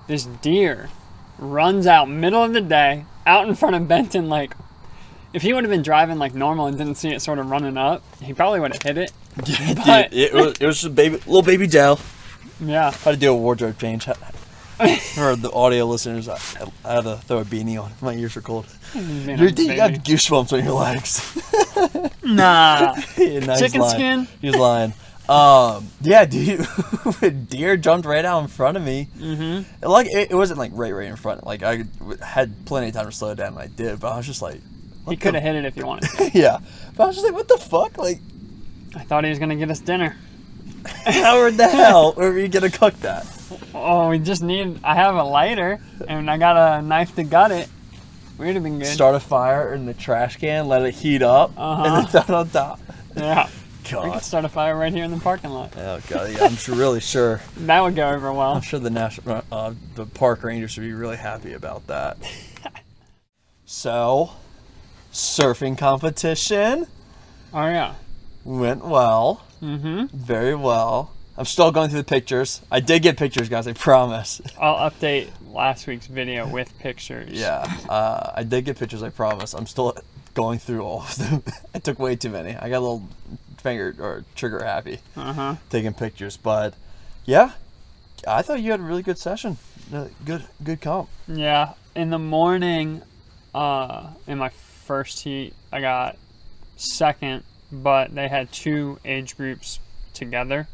Speaker 1: this deer runs out middle of the day out in front of Benton. Like, if he would have been driving like normal and didn't see it sort of running up, he probably would have hit it.
Speaker 2: Yeah,
Speaker 1: But-
Speaker 2: dude, it, was, it was just a baby, little baby Dell.
Speaker 1: Yeah.
Speaker 2: How to do a wardrobe change. For the audio listeners, I, I had to throw a beanie on. My ears are cold.
Speaker 1: he's being a
Speaker 2: You're, you got
Speaker 1: baby.
Speaker 2: goosebumps on your legs.
Speaker 1: Nah.
Speaker 2: Nah, he's
Speaker 1: Chicken
Speaker 2: lying.
Speaker 1: skin?
Speaker 2: He's lying. Um, yeah, dude, a deer jumped right out in front of me. Mm-hmm. Like it, it wasn't like right, right in front. Like I had plenty of time to slow down. and I did, but I was just like,
Speaker 1: He could have hit it if he wanted. to.
Speaker 2: yeah. But I was just like, what the fuck? Like,
Speaker 1: I thought he was gonna get us dinner.
Speaker 2: how in the hell are you gonna cook that?
Speaker 1: Oh, we just need. I have a lighter and I got a knife to gut it. We'd have been good.
Speaker 2: Start a fire in the trash can, let it heat up, and then
Speaker 1: Uh-huh.
Speaker 2: throw it on top.
Speaker 1: Yeah, we
Speaker 2: God.
Speaker 1: could start a fire right here in the parking lot.
Speaker 2: Oh god, yeah, I'm sure, really sure.
Speaker 1: That would go over well.
Speaker 2: I'm sure the national, uh, the park rangers would be really happy about that. so, surfing competition
Speaker 1: Oh yeah.
Speaker 2: went well,
Speaker 1: Mm-hmm.
Speaker 2: very well. I'm still going through the pictures. I did get pictures, guys. I promise.
Speaker 1: I'll update last week's video with pictures.
Speaker 2: Yeah, uh, I did get pictures. I promise. I'm still going through all of them. I took way too many. I got a little finger or trigger happy
Speaker 1: Uh huh.
Speaker 2: taking pictures, but yeah, I thought you had a really good session. Uh, Good, good comp.
Speaker 1: Yeah. In the morning, uh, in my first heat, I got second, but they had two age groups together.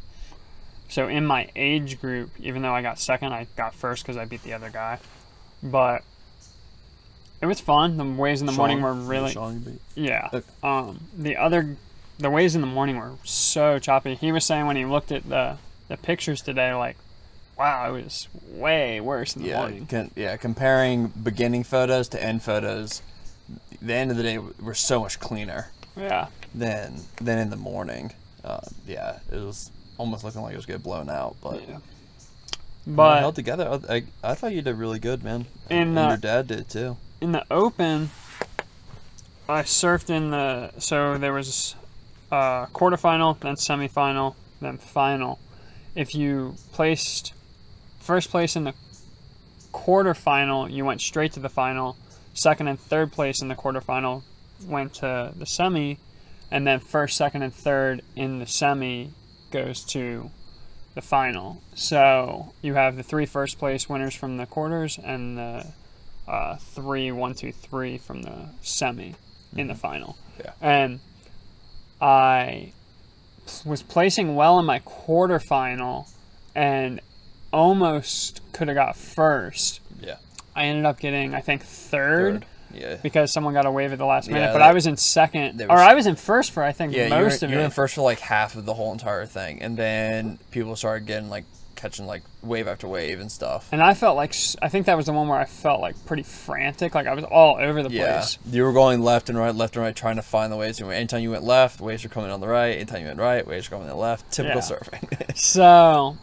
Speaker 1: So in my age group, even though I got second, I got first because I beat the other guy. But it was fun. The waves in the morning
Speaker 2: Sean-
Speaker 1: were really
Speaker 2: Sean you beat.
Speaker 1: Yeah.
Speaker 2: Okay.
Speaker 1: Um, the other, the waves in the morning were so choppy. He was saying when he looked at the the pictures today, like, wow, it was way worse in the
Speaker 2: Yeah,
Speaker 1: morning.
Speaker 2: con- yeah. Comparing beginning photos to end photos, the end of the day were so much cleaner
Speaker 1: Yeah.
Speaker 2: than than in the morning. Uh, yeah, it was almost looking like it was getting blown out, but
Speaker 1: yeah.
Speaker 2: but
Speaker 1: But
Speaker 2: held together. I, I, I thought you did really good, man.
Speaker 1: In,
Speaker 2: and
Speaker 1: uh,
Speaker 2: your dad did too.
Speaker 1: in the open, I surfed in the so there was uh, quarterfinal, then semifinal, then final. If you placed first place in the quarterfinal, you went straight to the final. Second and third place in the quarterfinal went to the semi, and then first, second, and third in the semi goes to the final. So you have the three first place winners from the quarters and the uh, three, one, two, three from the semi in
Speaker 2: Mm-hmm.
Speaker 1: the final.
Speaker 2: Yeah.
Speaker 1: And I was placing well in my quarterfinal and almost could have got first.
Speaker 2: Yeah,
Speaker 1: I ended up getting, I think, third,
Speaker 2: Yeah,
Speaker 1: because someone got a wave at the last minute.
Speaker 2: Yeah,
Speaker 1: but
Speaker 2: that-
Speaker 1: I was in second,
Speaker 2: there
Speaker 1: or
Speaker 2: was-
Speaker 1: I was in first for I think
Speaker 2: yeah. you were-
Speaker 1: most
Speaker 2: you were,
Speaker 1: of it.
Speaker 2: in first for like half of the whole entire thing, and then people started getting like catching like wave after wave and stuff.
Speaker 1: and I felt like s- I think that was the one where I felt like pretty frantic, like I was all over the
Speaker 2: Yeah,
Speaker 1: place.
Speaker 2: you were going left and right, left and right, trying to find the waves. And anytime you went left, waves were coming on the right. Anytime you went right, waves were coming on the left. Typical
Speaker 1: Yeah.
Speaker 2: surfing.
Speaker 1: So,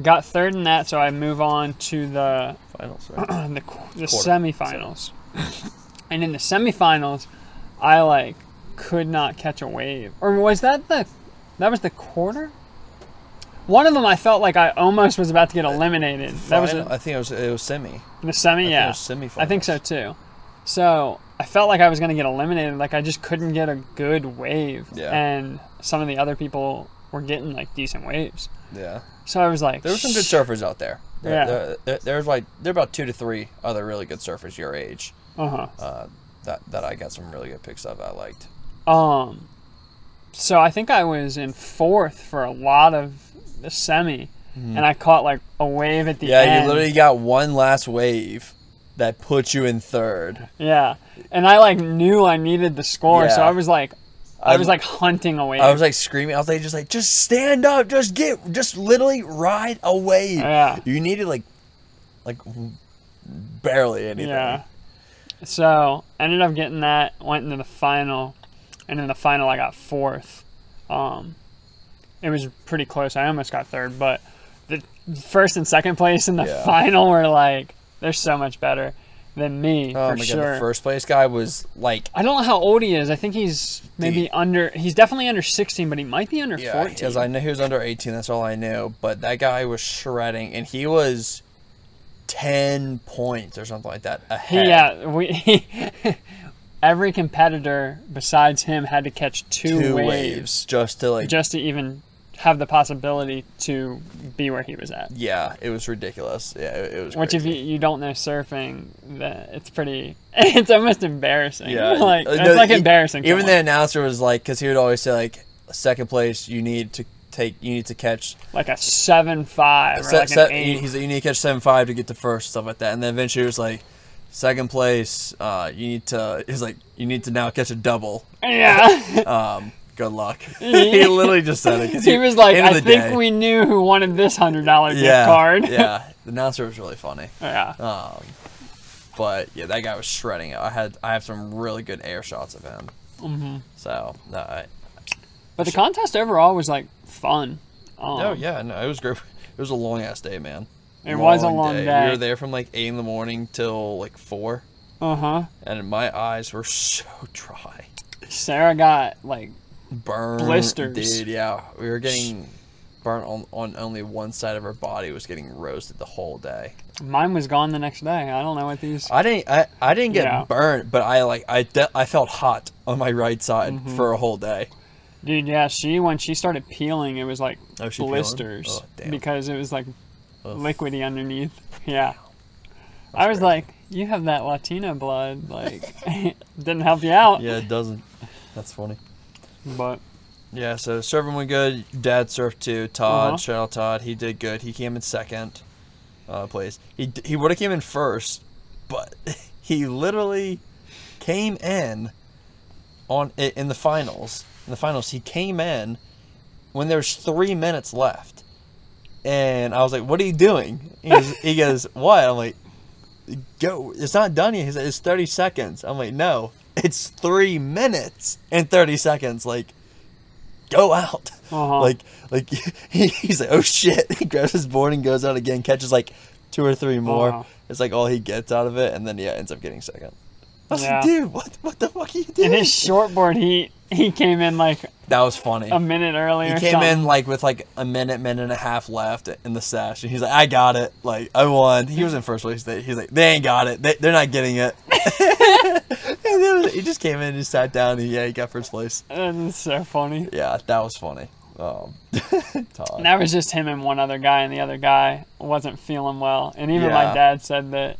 Speaker 1: got third in that, so I move on to the
Speaker 2: Final surf.
Speaker 1: the, qu- the
Speaker 2: Quarter.
Speaker 1: semifinals. and in the semifinals, I like could not catch a wave. Or was that the that was the quarter? One of them I felt like I almost was about to get eliminated. That was
Speaker 2: Final-
Speaker 1: a,
Speaker 2: I think it was it was semi.
Speaker 1: the semi, yeah.
Speaker 2: I think it was semifinals.
Speaker 1: I think so too. So I felt like I was going to get eliminated. Like I just couldn't get a good wave.
Speaker 2: Yeah.
Speaker 1: And some of the other people were getting like decent waves.
Speaker 2: Yeah,
Speaker 1: So I was like,
Speaker 2: there were some good
Speaker 1: "Shh."
Speaker 2: surfers out there. There-
Speaker 1: Yeah.
Speaker 2: there- there- there's like there are about two to three other really good surfers your age
Speaker 1: Uh-huh.
Speaker 2: uh, that that I got some really good picks of. I liked.
Speaker 1: Um, so I think I was in fourth for a lot of the semi, and I caught like a wave at the
Speaker 2: Mm-hmm. Yeah,
Speaker 1: end.
Speaker 2: you literally got one last wave that put you in third.
Speaker 1: Yeah, and I like knew I needed the score, so
Speaker 2: Yeah.
Speaker 1: I was like, I
Speaker 2: I'm-
Speaker 1: was like hunting a wave.
Speaker 2: I was like screaming. I was like, just like, just stand up. Just get, just literally ride a wave.
Speaker 1: Yeah.
Speaker 2: You needed like, like barely anything.
Speaker 1: yeah. So ended up getting that. Went into the final, and in the final I got fourth. Um, it was pretty close. I almost got third, but the first and second place in the
Speaker 2: Yeah.
Speaker 1: final were like they're so much better than me
Speaker 2: Oh
Speaker 1: for
Speaker 2: my
Speaker 1: sure.
Speaker 2: god, the first place guy was like,
Speaker 1: I don't know how old he is. I think he's maybe
Speaker 2: Dude.
Speaker 1: under. He's definitely under sixteen, but he might be under
Speaker 2: yeah,
Speaker 1: fourteen.
Speaker 2: because I knew he was under eighteen. That's all I knew. But that guy was shredding, and he was ten points or something like that
Speaker 1: He,
Speaker 2: ahead.
Speaker 1: yeah, we. every competitor besides him had to catch two,
Speaker 2: two
Speaker 1: waves,
Speaker 2: waves just to like.
Speaker 1: just to even have the possibility to be where he was at.
Speaker 2: yeah, it was ridiculous. Yeah, it, it was.
Speaker 1: Which, if
Speaker 2: crazy.
Speaker 1: you, you don't know surfing, that it's pretty. It's almost embarrassing.
Speaker 2: Yeah,
Speaker 1: like
Speaker 2: uh,
Speaker 1: it's
Speaker 2: no,
Speaker 1: like
Speaker 2: e-
Speaker 1: embarrassing.
Speaker 2: Even
Speaker 1: someone.
Speaker 2: the announcer was like, because he would always say like, second place, you need to take, you need to catch,
Speaker 1: like a seven five or
Speaker 2: se-
Speaker 1: like
Speaker 2: se-
Speaker 1: an eight.
Speaker 2: he's like, you need to catch seven five to get to first, stuff like that. And then eventually it was like, Second place, uh, you need to. He's like, you need to now catch a double.
Speaker 1: Yeah.
Speaker 2: Um, good luck. he literally just said it 'cause
Speaker 1: he was like,
Speaker 2: end of
Speaker 1: I
Speaker 2: the
Speaker 1: think
Speaker 2: day-
Speaker 1: we knew who wanted this hundred dollar
Speaker 2: yeah,
Speaker 1: gift card.
Speaker 2: yeah, the announcer was really funny.
Speaker 1: yeah.
Speaker 2: Um, but yeah, that guy was shredding it. I had I have some really good air shots of him. Mm-hmm. So no, I,
Speaker 1: But the contest overall was like fun. Um,
Speaker 2: oh yeah, no, it was great. It was a long ass day, man.
Speaker 1: It was a long
Speaker 2: We
Speaker 1: day.
Speaker 2: were there from like eight in the morning till like four,
Speaker 1: Uh huh.
Speaker 2: and my eyes were so dry,
Speaker 1: Sarah got like
Speaker 2: burned,
Speaker 1: Blisters.
Speaker 2: dude. Yeah, we were getting burnt on, on only one side of her body was getting roasted the whole day.
Speaker 1: mine was gone the next day. I don't know what these.
Speaker 2: I didn't I, I didn't get
Speaker 1: Yeah.
Speaker 2: burnt, but I like I de- I felt hot on my right side
Speaker 1: Mm-hmm.
Speaker 2: for a whole day.
Speaker 1: Dude, yeah, she when she started peeling, it was like
Speaker 2: Oh, she peeling?
Speaker 1: blisters
Speaker 2: Oh, damn.
Speaker 1: because it was like
Speaker 2: Ugh.
Speaker 1: liquidy underneath. Yeah, I was like, you have that Latina blood. Like, didn't help you out.
Speaker 2: Yeah, it doesn't. That's funny.
Speaker 1: But
Speaker 2: Yeah, so Servant went good. Dad surfed too. Todd,
Speaker 1: Uh-huh.
Speaker 2: shout out Todd. He did good. He came in second uh, place. He d- he would have came in first, but he literally came in on i- in the finals. In the finals, he came in when there's three minutes left, and I was like, "What are you doing?" He goes, he goes "What?" I'm like, "Go! It's not done yet." He's like, "It's 30 seconds." I'm like, "No, it's three minutes and 30 seconds." Like go out.
Speaker 1: Uh-huh.
Speaker 2: Like like he, he's like, oh shit. He grabs his board and goes out again, catches like two or three more.
Speaker 1: Wow.
Speaker 2: It's like all he gets out of it, and then yeah, ends up getting second. I was like,
Speaker 1: Yeah.
Speaker 2: dude, what what the fuck are you
Speaker 1: in
Speaker 2: doing?
Speaker 1: his shortboard heat, he came in like
Speaker 2: that was funny.
Speaker 1: a minute early.
Speaker 2: he
Speaker 1: or
Speaker 2: came
Speaker 1: something.
Speaker 2: in like with like a minute, minute and a half left in the sash, and he's like, "I got it, like I won." He was in first place. They- He's like, "They ain't got it. They, they're not getting it." and then he just came in and sat down, and yeah, he got first place.
Speaker 1: That is so funny.
Speaker 2: Yeah, that was funny. Um, Todd.
Speaker 1: And that was just him and one other guy, and the other guy wasn't feeling well. And even
Speaker 2: Yeah.
Speaker 1: my dad said that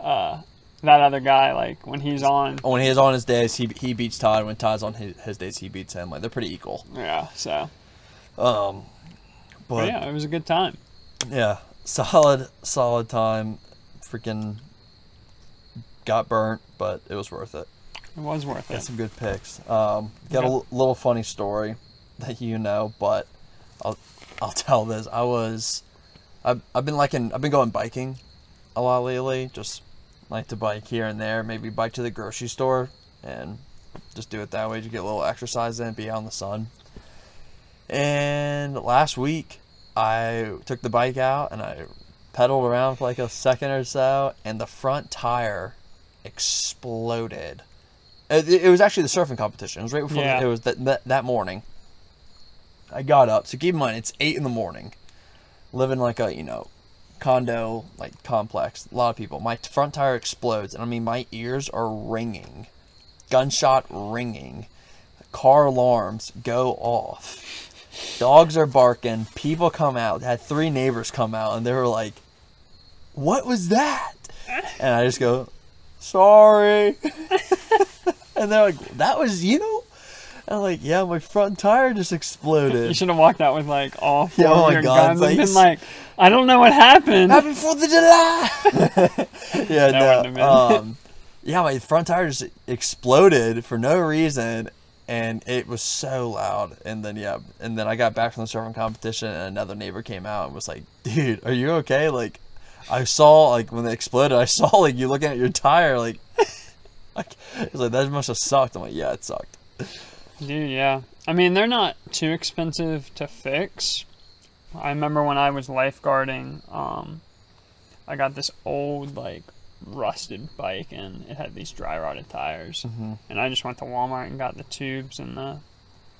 Speaker 1: uh, that other guy, like when he's on,
Speaker 2: when he's on his days, he he beats Todd. When Todd's on his, his days, he beats him. Like they're pretty equal.
Speaker 1: yeah. So
Speaker 2: Um,
Speaker 1: but
Speaker 2: but yeah.
Speaker 1: yeah, it was a good time.
Speaker 2: solid solid time. Freaking got burnt, but it was worth it.
Speaker 1: It was worth
Speaker 2: Got
Speaker 1: it.
Speaker 2: some good picks. Um, got a
Speaker 1: Yeah.
Speaker 2: l- little funny story that you know, but I'll I'll tell this. I was I've, I've been liking I've been going biking a lot lately. Just like to bike here and there. Maybe bike to the grocery store and just do it that way. to get a little exercise in, be out in the sun. And last week I took the bike out and I pedaled around for like a second or so, and the front tire exploded. It, it was actually the surfing competition. It was right before
Speaker 1: Yeah.
Speaker 2: it was that, that that morning. I got up. So keep in mind, it's eight in the morning. Live in like a you know condo like complex. A lot of people. My front tire explodes, and I mean my ears are ringing, gunshot ringing, car alarms go off. Dogs are barking. People come out. Had three neighbors come out, and they were like, "What was that?" And I just go, "Sorry." and they're like, "That was you." I'm like, "Yeah, my front tire just exploded."
Speaker 1: You should have walked out with like all four
Speaker 2: Yeah, oh
Speaker 1: of
Speaker 2: my
Speaker 1: your
Speaker 2: God,
Speaker 1: guns and
Speaker 2: thanks.
Speaker 1: been like, I don't know what happened.
Speaker 2: Happy Fourth of July. yeah,
Speaker 1: wouldn't have
Speaker 2: no.
Speaker 1: been-
Speaker 2: Um, yeah, my front tire just exploded for no reason, and it was so loud. And then yeah, and then I got back from the surfing competition, and another neighbor came out and was like, "Dude, are you okay?" Like, I saw like when they exploded, I saw like you looking at your tire, like, like it's like that must have sucked. I'm like, yeah, it sucked.
Speaker 1: Dude, yeah. I mean, they're not too expensive to fix. I remember when I was lifeguarding, um, I got this old, like, rusted bike and it had these dry rotted tires.
Speaker 2: Mhm.
Speaker 1: And I just went to Walmart and got the tubes and the,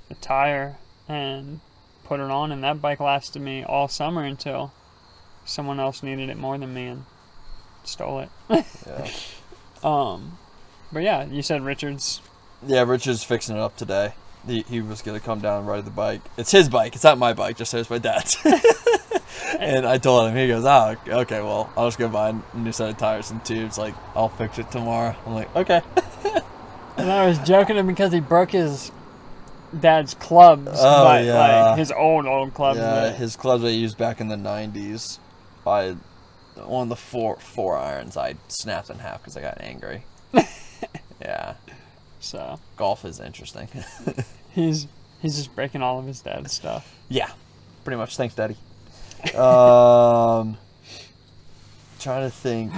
Speaker 1: the tire and put it on. And that bike lasted me all summer until someone else needed it more than me and stole it.
Speaker 2: Yeah,
Speaker 1: Um, but yeah, you said Richard's.
Speaker 2: yeah. Richard's fixing it up today. He, he was gonna come down and ride the bike. It's his bike. It's not my bike. Just so it's my dad's. And I told him, he goes, oh, okay, well, I'll just go buy a new set of tires and tubes. Like, I'll fix it tomorrow. I'm like, okay.
Speaker 1: And I was joking him because he broke his dad's clubs,
Speaker 2: Oh,
Speaker 1: but
Speaker 2: yeah.
Speaker 1: Um, like his old old clubs.
Speaker 2: yeah,
Speaker 1: that-
Speaker 2: his clubs I used back in the 90s, I one of the four four irons I snapped in half because I got angry. yeah,
Speaker 1: So
Speaker 2: golf is interesting.
Speaker 1: he's he's just breaking all of his dad's stuff.
Speaker 2: yeah, pretty much. Thanks, Daddy. Um, trying to think.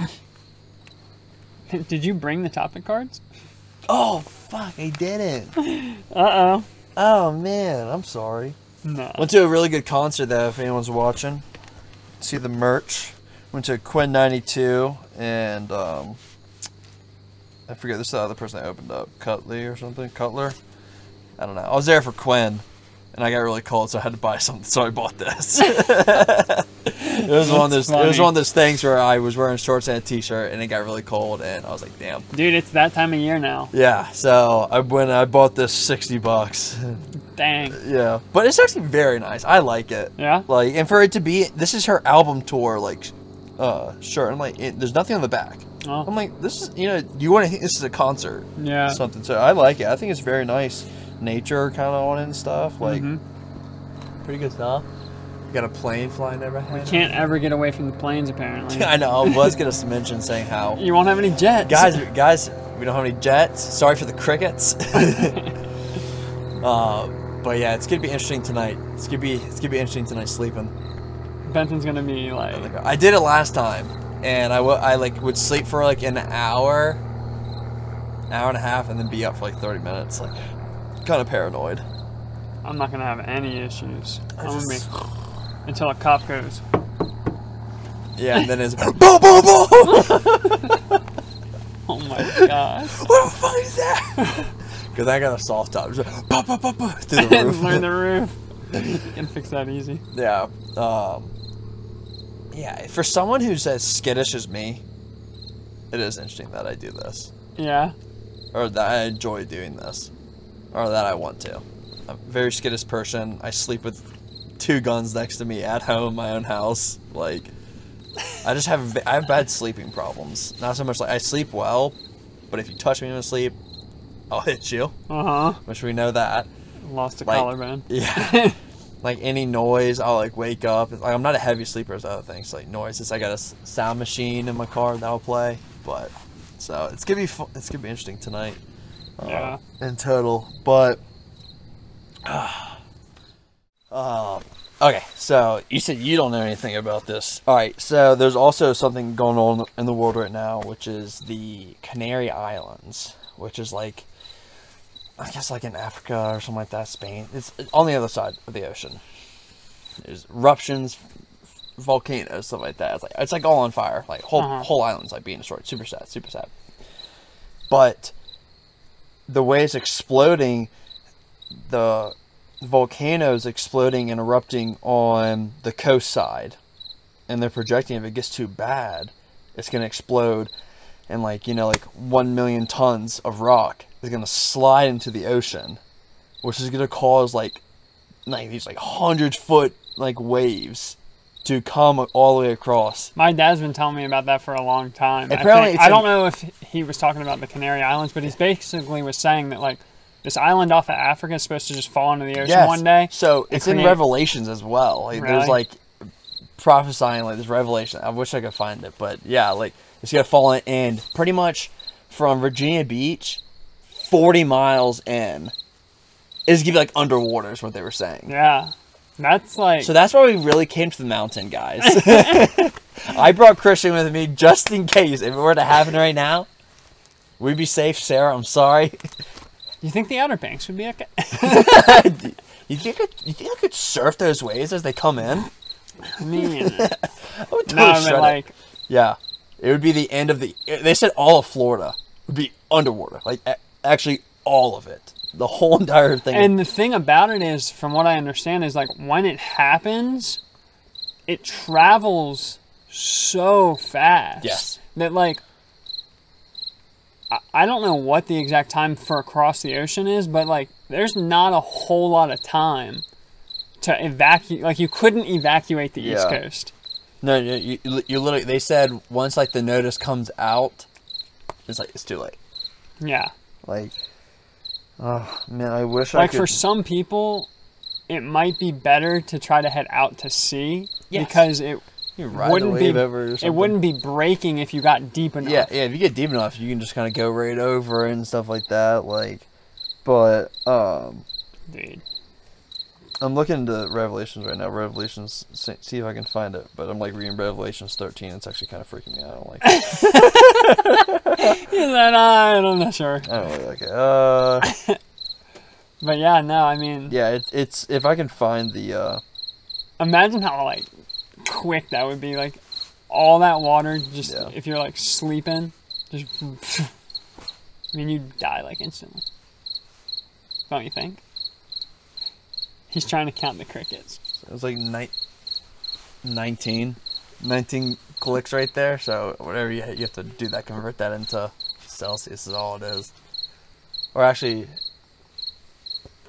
Speaker 1: Did you bring the topic cards?
Speaker 2: Oh fuck! I didn't.
Speaker 1: Uh oh.
Speaker 2: Oh man, I'm sorry.
Speaker 1: No.
Speaker 2: Went to a really good concert though, if anyone's watching. See the merch. Went to Quinn ninety two and um, I forget this is the other person I opened up, Cutley or something. Cutler. I don't know. I was there for Quinn and I got really cold so I had to buy something, so I bought this. it was one of
Speaker 1: That's
Speaker 2: those it was
Speaker 1: funny.
Speaker 2: one of those things where I was wearing shorts and a t shirt and it got really cold and I was like, damn.
Speaker 1: Dude, it's that time of year now.
Speaker 2: Yeah, so I went I bought this sixty bucks.
Speaker 1: Dang.
Speaker 2: yeah. But it's actually very nice. I like it.
Speaker 1: Yeah.
Speaker 2: Like, and for it to be, this is her album tour, like, uh, shirt. I'm like, it, there's nothing on the back.
Speaker 1: Oh.
Speaker 2: I'm like, this is, you know, you want to think this is a concert.
Speaker 1: Yeah.
Speaker 2: Something. So I like it. I think it's very nice. Nature kind of on it and stuff. Like,
Speaker 1: Mhm.
Speaker 2: pretty good stuff. Got a plane flying overhead. We
Speaker 1: Can't ever get away from the planes apparently.
Speaker 2: I know. I was going to mention saying how.
Speaker 1: You won't have any jets.
Speaker 2: Guys, guys, we don't have any jets. Sorry for the crickets. uh, but yeah, it's gonna be interesting tonight. It's gonna be it's gonna be interesting tonight sleeping.
Speaker 1: Benton's gonna be
Speaker 2: Oh my
Speaker 1: like
Speaker 2: God. I did it last time, and I wa- I, like would sleep for like an hour, hour and a half, and then be up for like thirty minutes. Like, kind of paranoid.
Speaker 1: I'm not gonna have any issues. I'm gonna
Speaker 2: just-
Speaker 1: be until a cop goes.
Speaker 2: Yeah, and then it's boom, boom, boom. what
Speaker 1: Oh my god.
Speaker 2: the fuck is that? Because I got a soft top, just pop, pop, pop, pop, through the
Speaker 1: and learn
Speaker 2: roof.
Speaker 1: the roof. You can fix that easy.
Speaker 2: yeah, um, yeah. For someone who's as skittish as me, it is interesting that I do this,
Speaker 1: Yeah.
Speaker 2: or that I enjoy doing this, or that I want to. I'm a very skittish person. I sleep with two guns next to me at home in my own house. Like, I just have v- I have bad sleeping problems. Not so much like I sleep well, but if you touch me in my sleep, I'll hit you.
Speaker 1: Uh huh.
Speaker 2: Which we know that.
Speaker 1: Lost a
Speaker 2: Like-
Speaker 1: collarbone.
Speaker 2: Yeah. like any noise, I'll like wake up. Like I'm not a heavy sleeper as other things like noises. I got a s- sound machine in my car that'll play, but so it's gonna be fu- it's gonna be interesting tonight. uh,
Speaker 1: Yeah.
Speaker 2: In total, but. um, okay, so you said you don't know anything about this. All right, so there's also something going on in the world right now, which is the Canary Islands, which is like I guess like in Africa or something like that, Spain. It's on the other side of the ocean. There's eruptions, volcanoes, stuff like that. It's like it's like all on fire. Like whole
Speaker 1: Uh-huh.
Speaker 2: whole islands like being destroyed. Super sad, super sad. But the way it's exploding, the volcanoes exploding and erupting on the coast side, and they're projecting if it gets too bad, it's gonna explode and like you know like 1 million tons of rock is going to slide into the ocean which is going to cause like like these like 100 foot like waves to come all the way across
Speaker 1: My dad's been telling me about that for a long time. I
Speaker 2: Apparently
Speaker 1: think-
Speaker 2: it's
Speaker 1: I
Speaker 2: a-
Speaker 1: don't know if he was talking about the Canary Islands, but he basically was saying that like this island off of Africa is supposed to just fall into the ocean
Speaker 2: Yes.
Speaker 1: one day.
Speaker 2: so it's in
Speaker 1: create-
Speaker 2: revelations as well like,
Speaker 1: Really?
Speaker 2: there's like prophesying like this revelation i wish i could find it but yeah like it's going to fall in and pretty much from virginia beach 40 miles in is going to be like underwater is what they were saying
Speaker 1: Yeah. That's like
Speaker 2: So that's why we really came to the mountain, guys. I brought Christian with me just in case. If it were to happen right now, we'd be safe, Sarah. I'm sorry.
Speaker 1: you think the Outer Banks would be okay?
Speaker 2: You think I, you think I could surf those waves as they come in?
Speaker 1: I mean,
Speaker 2: I would
Speaker 1: no,
Speaker 2: totally
Speaker 1: I mean,
Speaker 2: shred
Speaker 1: like
Speaker 2: it. Yeah, it would be the end of the. They said all of Florida would be underwater, like a- actually all of it, the whole entire thing.
Speaker 1: And the thing about it is, from what I understand, is like when it happens, it travels so fast.
Speaker 2: Yes.
Speaker 1: That like, I, I don't know what the exact time for across the ocean is, but like, there's not a whole lot of time to evacuate. Like, you couldn't evacuate the East
Speaker 2: Yeah.
Speaker 1: Coast.
Speaker 2: no, no, you, you literally. They said once like the notice comes out, it's like it's too late.
Speaker 1: Yeah.
Speaker 2: Like, oh man, I wish I
Speaker 1: like
Speaker 2: could.
Speaker 1: for some people it might be better to try to head out to sea
Speaker 2: Yes.
Speaker 1: because it
Speaker 2: You ride
Speaker 1: wouldn't
Speaker 2: the
Speaker 1: be
Speaker 2: wave over. Or
Speaker 1: it
Speaker 2: something.
Speaker 1: wouldn't be breaking if you got deep enough.
Speaker 2: Yeah, yeah. If you get deep enough, you can just kind of go right over and stuff like that. Like, but um,
Speaker 1: dude.
Speaker 2: I'm looking into Revelations right now. Revelations, see see if I can find it. But I'm like reading Revelations 13. It's actually kind of freaking me out. I don't like. It.
Speaker 1: Yeah, then I- I'm not sure,
Speaker 2: I don't really like it. Uh,
Speaker 1: but yeah, no, I mean,
Speaker 2: yeah. It's it's if I can find the. Uh,
Speaker 1: imagine how like quick that would be. Like all that water, just
Speaker 2: Yeah.
Speaker 1: if you're like sleeping, just. I mean, you die like instantly. Don't you think? He's trying to count the crickets.
Speaker 2: it was like ni- 19, 19 clicks right there. So whatever you you have to do that convert that into Celsius is all it is. Or actually,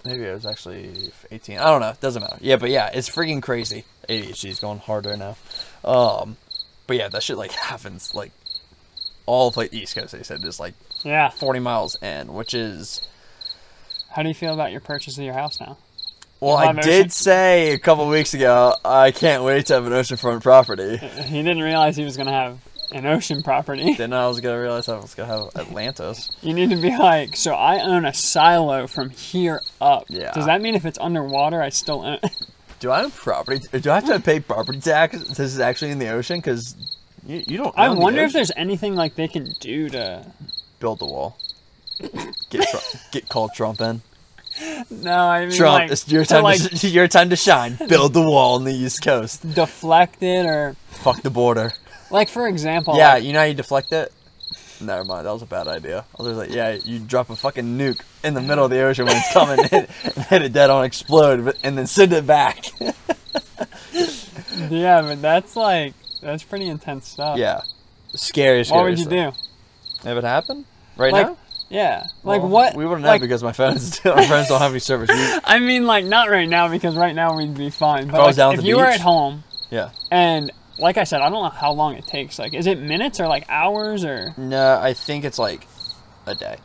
Speaker 2: maybe it was actually 18. I don't know. It doesn't matter. Yeah, but yeah, it's freaking crazy. ADHD's going harder now. Um, but yeah, that shit like happens like all of like East Coast. They said is like
Speaker 1: Yeah.
Speaker 2: 40 miles in, which is
Speaker 1: How do you feel about your purchase of your house now?
Speaker 2: Well,
Speaker 1: You'll
Speaker 2: I
Speaker 1: have ocean-
Speaker 2: did say a couple weeks ago, I can't wait to have an oceanfront property.
Speaker 1: He didn't realize he was gonna have an ocean property.
Speaker 2: then I was gonna realize I was gonna have Atlantis.
Speaker 1: You need to be like, so I own a silo from here up.
Speaker 2: Yeah.
Speaker 1: Does that mean if it's underwater, I still own?
Speaker 2: Do I own property? Do I have to pay property tax? This is actually in the ocean because you, you don't.
Speaker 1: I
Speaker 2: own the
Speaker 1: wonder if
Speaker 2: ocean.
Speaker 1: there's anything like they can do to.
Speaker 2: build the wall. Get Tru- get called Trump in.
Speaker 1: No, I mean
Speaker 2: Trump,
Speaker 1: like
Speaker 2: it's your
Speaker 1: to,
Speaker 2: time.
Speaker 1: like
Speaker 2: to, sh- your time to shine. Build the wall on the East Coast.
Speaker 1: deflect it or
Speaker 2: Fuck the border.
Speaker 1: like for example.
Speaker 2: Yeah,
Speaker 1: like,
Speaker 2: you know how you deflect it? Never mind, that was a bad idea. I was just like, yeah, you drop a fucking nuke in the middle of the ocean when it's coming and hit it dead on explode, but, and then send it back.
Speaker 1: yeah, but that's like that's pretty intense stuff.
Speaker 2: yeah. Scary, scary.
Speaker 1: What would you do?
Speaker 2: do? If it happened? Right
Speaker 1: Like,
Speaker 2: now?
Speaker 1: Yeah. Like
Speaker 2: Well,
Speaker 1: what?
Speaker 2: We wouldn't know
Speaker 1: like,
Speaker 2: because my phone's, my friends don't have any service. We-
Speaker 1: I mean, like not right now because right now we'd be fine. But
Speaker 2: I
Speaker 1: like,
Speaker 2: was down at
Speaker 1: if
Speaker 2: the
Speaker 1: you were
Speaker 2: beach-
Speaker 1: at home
Speaker 2: yeah.
Speaker 1: and like I said, I don't know how long it takes. Like, is it minutes or like hours or?
Speaker 2: No, I think it's like a day.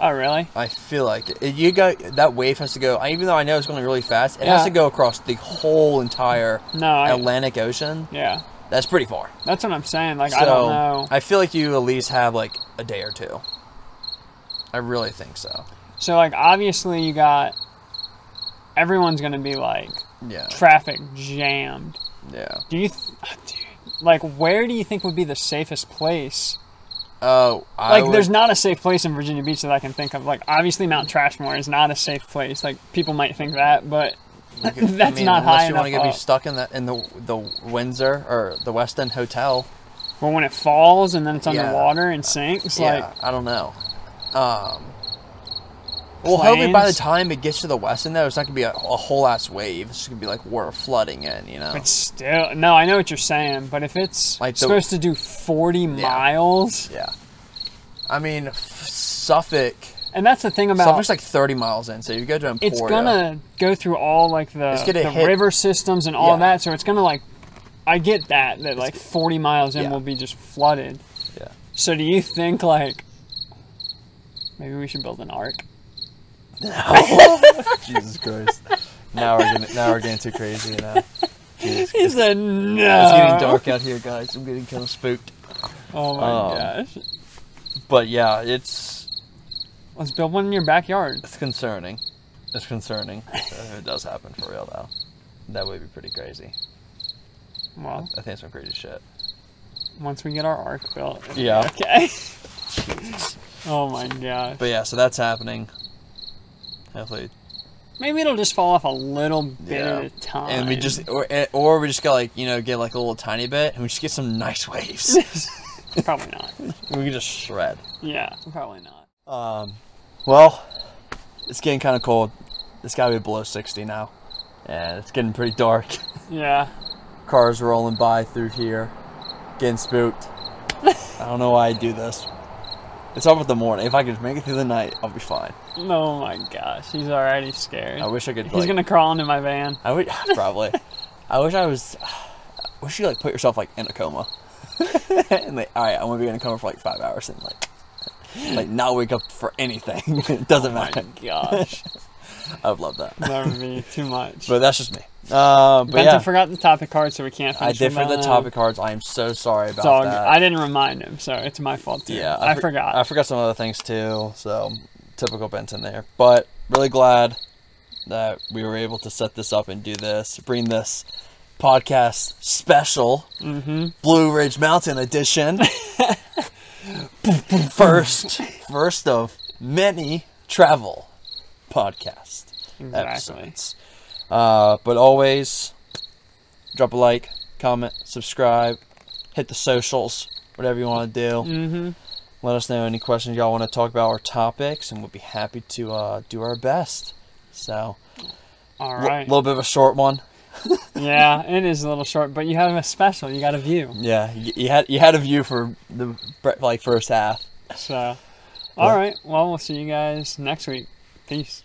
Speaker 1: Oh, really?
Speaker 2: I feel like it. You got that wave has to go. I- Even though I know it's going really fast, it has
Speaker 1: Yeah.
Speaker 2: to go across the whole entire
Speaker 1: No, I,
Speaker 2: Atlantic Ocean.
Speaker 1: yeah.
Speaker 2: That's pretty far.
Speaker 1: That's what I'm saying. Like,
Speaker 2: So
Speaker 1: I don't know.
Speaker 2: I feel like you at least have like a day or two. I really think so.
Speaker 1: So, like, obviously, you got everyone's gonna be like
Speaker 2: Yeah.
Speaker 1: traffic jammed.
Speaker 2: yeah.
Speaker 1: Do you, th- ah, dude, like, where do you think would be the safest place?
Speaker 2: Oh, I
Speaker 1: Like,
Speaker 2: would-
Speaker 1: there's not a safe place in Virginia Beach that I can think of. Like, obviously, Mount Trashmore is not a safe place. Like, people might think that, but
Speaker 2: you could-
Speaker 1: that's not high
Speaker 2: Unless you wanna
Speaker 1: enough
Speaker 2: get
Speaker 1: up.
Speaker 2: me stuck in the in the the Windsor or the West End Hotel.
Speaker 1: well, when it falls and then it's
Speaker 2: Yeah.
Speaker 1: underwater and sinks, like,
Speaker 2: yeah, I don't know. Um. Well, hopefully by the
Speaker 1: Planes?
Speaker 2: time it gets to the West End, though, it's not gonna be a, a whole ass wave. It's just gonna be like we're flooding in, you know.
Speaker 1: But still, no, I know what you're saying. But if it's
Speaker 2: Like the-
Speaker 1: supposed to do 40 miles,
Speaker 2: yeah. I mean, f- Suffolk.
Speaker 1: and that's the thing about
Speaker 2: Suffolk's like 30 miles in, so you go to Emporia.
Speaker 1: it's gonna go through all like the,
Speaker 2: It's gonna
Speaker 1: the
Speaker 2: hit-
Speaker 1: river systems and all
Speaker 2: Yeah.
Speaker 1: that, so it's gonna like. I get that that like 40 miles in
Speaker 2: Yeah.
Speaker 1: will be just flooded.
Speaker 2: Yeah.
Speaker 1: So do you think like maybe we should build an ark?
Speaker 2: Jesus Christ. Now we're getting now we're getting too crazy now. Jesus.
Speaker 1: He said no.
Speaker 2: It's getting dark out here, guys. I'm getting kind of spooked.
Speaker 1: Oh my
Speaker 2: Um,
Speaker 1: gosh!
Speaker 2: But yeah, it's
Speaker 1: Let's build one in your backyard.
Speaker 2: it's concerning. It's concerning. if it does happen for real though, that would be pretty crazy.
Speaker 1: Well,
Speaker 2: I think it's some crazy shit.
Speaker 1: once we get our ark built. it'll be
Speaker 2: Yeah.
Speaker 1: Okay. oh my gosh.
Speaker 2: But yeah, so that's happening. Hopefully,
Speaker 1: Maybe it'll just fall off a little bit
Speaker 2: Yeah.
Speaker 1: at a time.
Speaker 2: and we just or, or we just gotta like you know get like a little tiny bit, and we just get some nice waves.
Speaker 1: probably not.
Speaker 2: we can just shred.
Speaker 1: Yeah, probably not.
Speaker 2: Um, well, it's getting kind of cold. It's got to be below 60 now. And it's getting pretty dark.
Speaker 1: Yeah,
Speaker 2: Cars rolling by through here, getting spooked. I don't know why I do this. It's up with the morning. If I could make it through the night, I'll be fine.
Speaker 1: oh my gosh, he's already scared.
Speaker 2: I wish I could.
Speaker 1: He's
Speaker 2: like,
Speaker 1: gonna crawl into my van.
Speaker 2: I would probably. I wish I was. I wish you like put yourself like in a coma. and like, all right, I'm gonna be in a coma for like five hours and like, like not wake up for anything. it doesn't
Speaker 1: Oh My
Speaker 2: matter.
Speaker 1: gosh.
Speaker 2: I would love that.
Speaker 1: That would be too much.
Speaker 2: But that's just me. Uh, but
Speaker 1: Benton
Speaker 2: yeah,
Speaker 1: forgot the topic card, so we can't finish
Speaker 2: I did for
Speaker 1: with
Speaker 2: the
Speaker 1: that.
Speaker 2: topic cards. I am so sorry about
Speaker 1: It's all good.
Speaker 2: that.
Speaker 1: I didn't remind him, so it's my fault. Too.
Speaker 2: yeah,
Speaker 1: I,
Speaker 2: for-
Speaker 1: forgot.
Speaker 2: I forgot some other things too. So typical Benton there. But really glad that we were able to set this up and do this, bring this podcast special
Speaker 1: Mm-hmm.
Speaker 2: Blue Ridge Mountain edition. first, first of many travel podcast
Speaker 1: Exactly.
Speaker 2: episodes. Uh, but always drop a like, comment, subscribe, hit the socials, whatever you want to do.
Speaker 1: mm-hmm.
Speaker 2: Let us know any questions y'all want to talk about or topics, and we'll be happy to uh, do our best. So,
Speaker 1: All
Speaker 2: a
Speaker 1: right.
Speaker 2: little bit of a short one.
Speaker 1: yeah, it is a little short, but you have a special. You got a view.
Speaker 2: Yeah, you, you had you had a view for the bre- like first half.
Speaker 1: So, all
Speaker 2: Yeah.
Speaker 1: right. Well, we'll see you guys next week. Peace.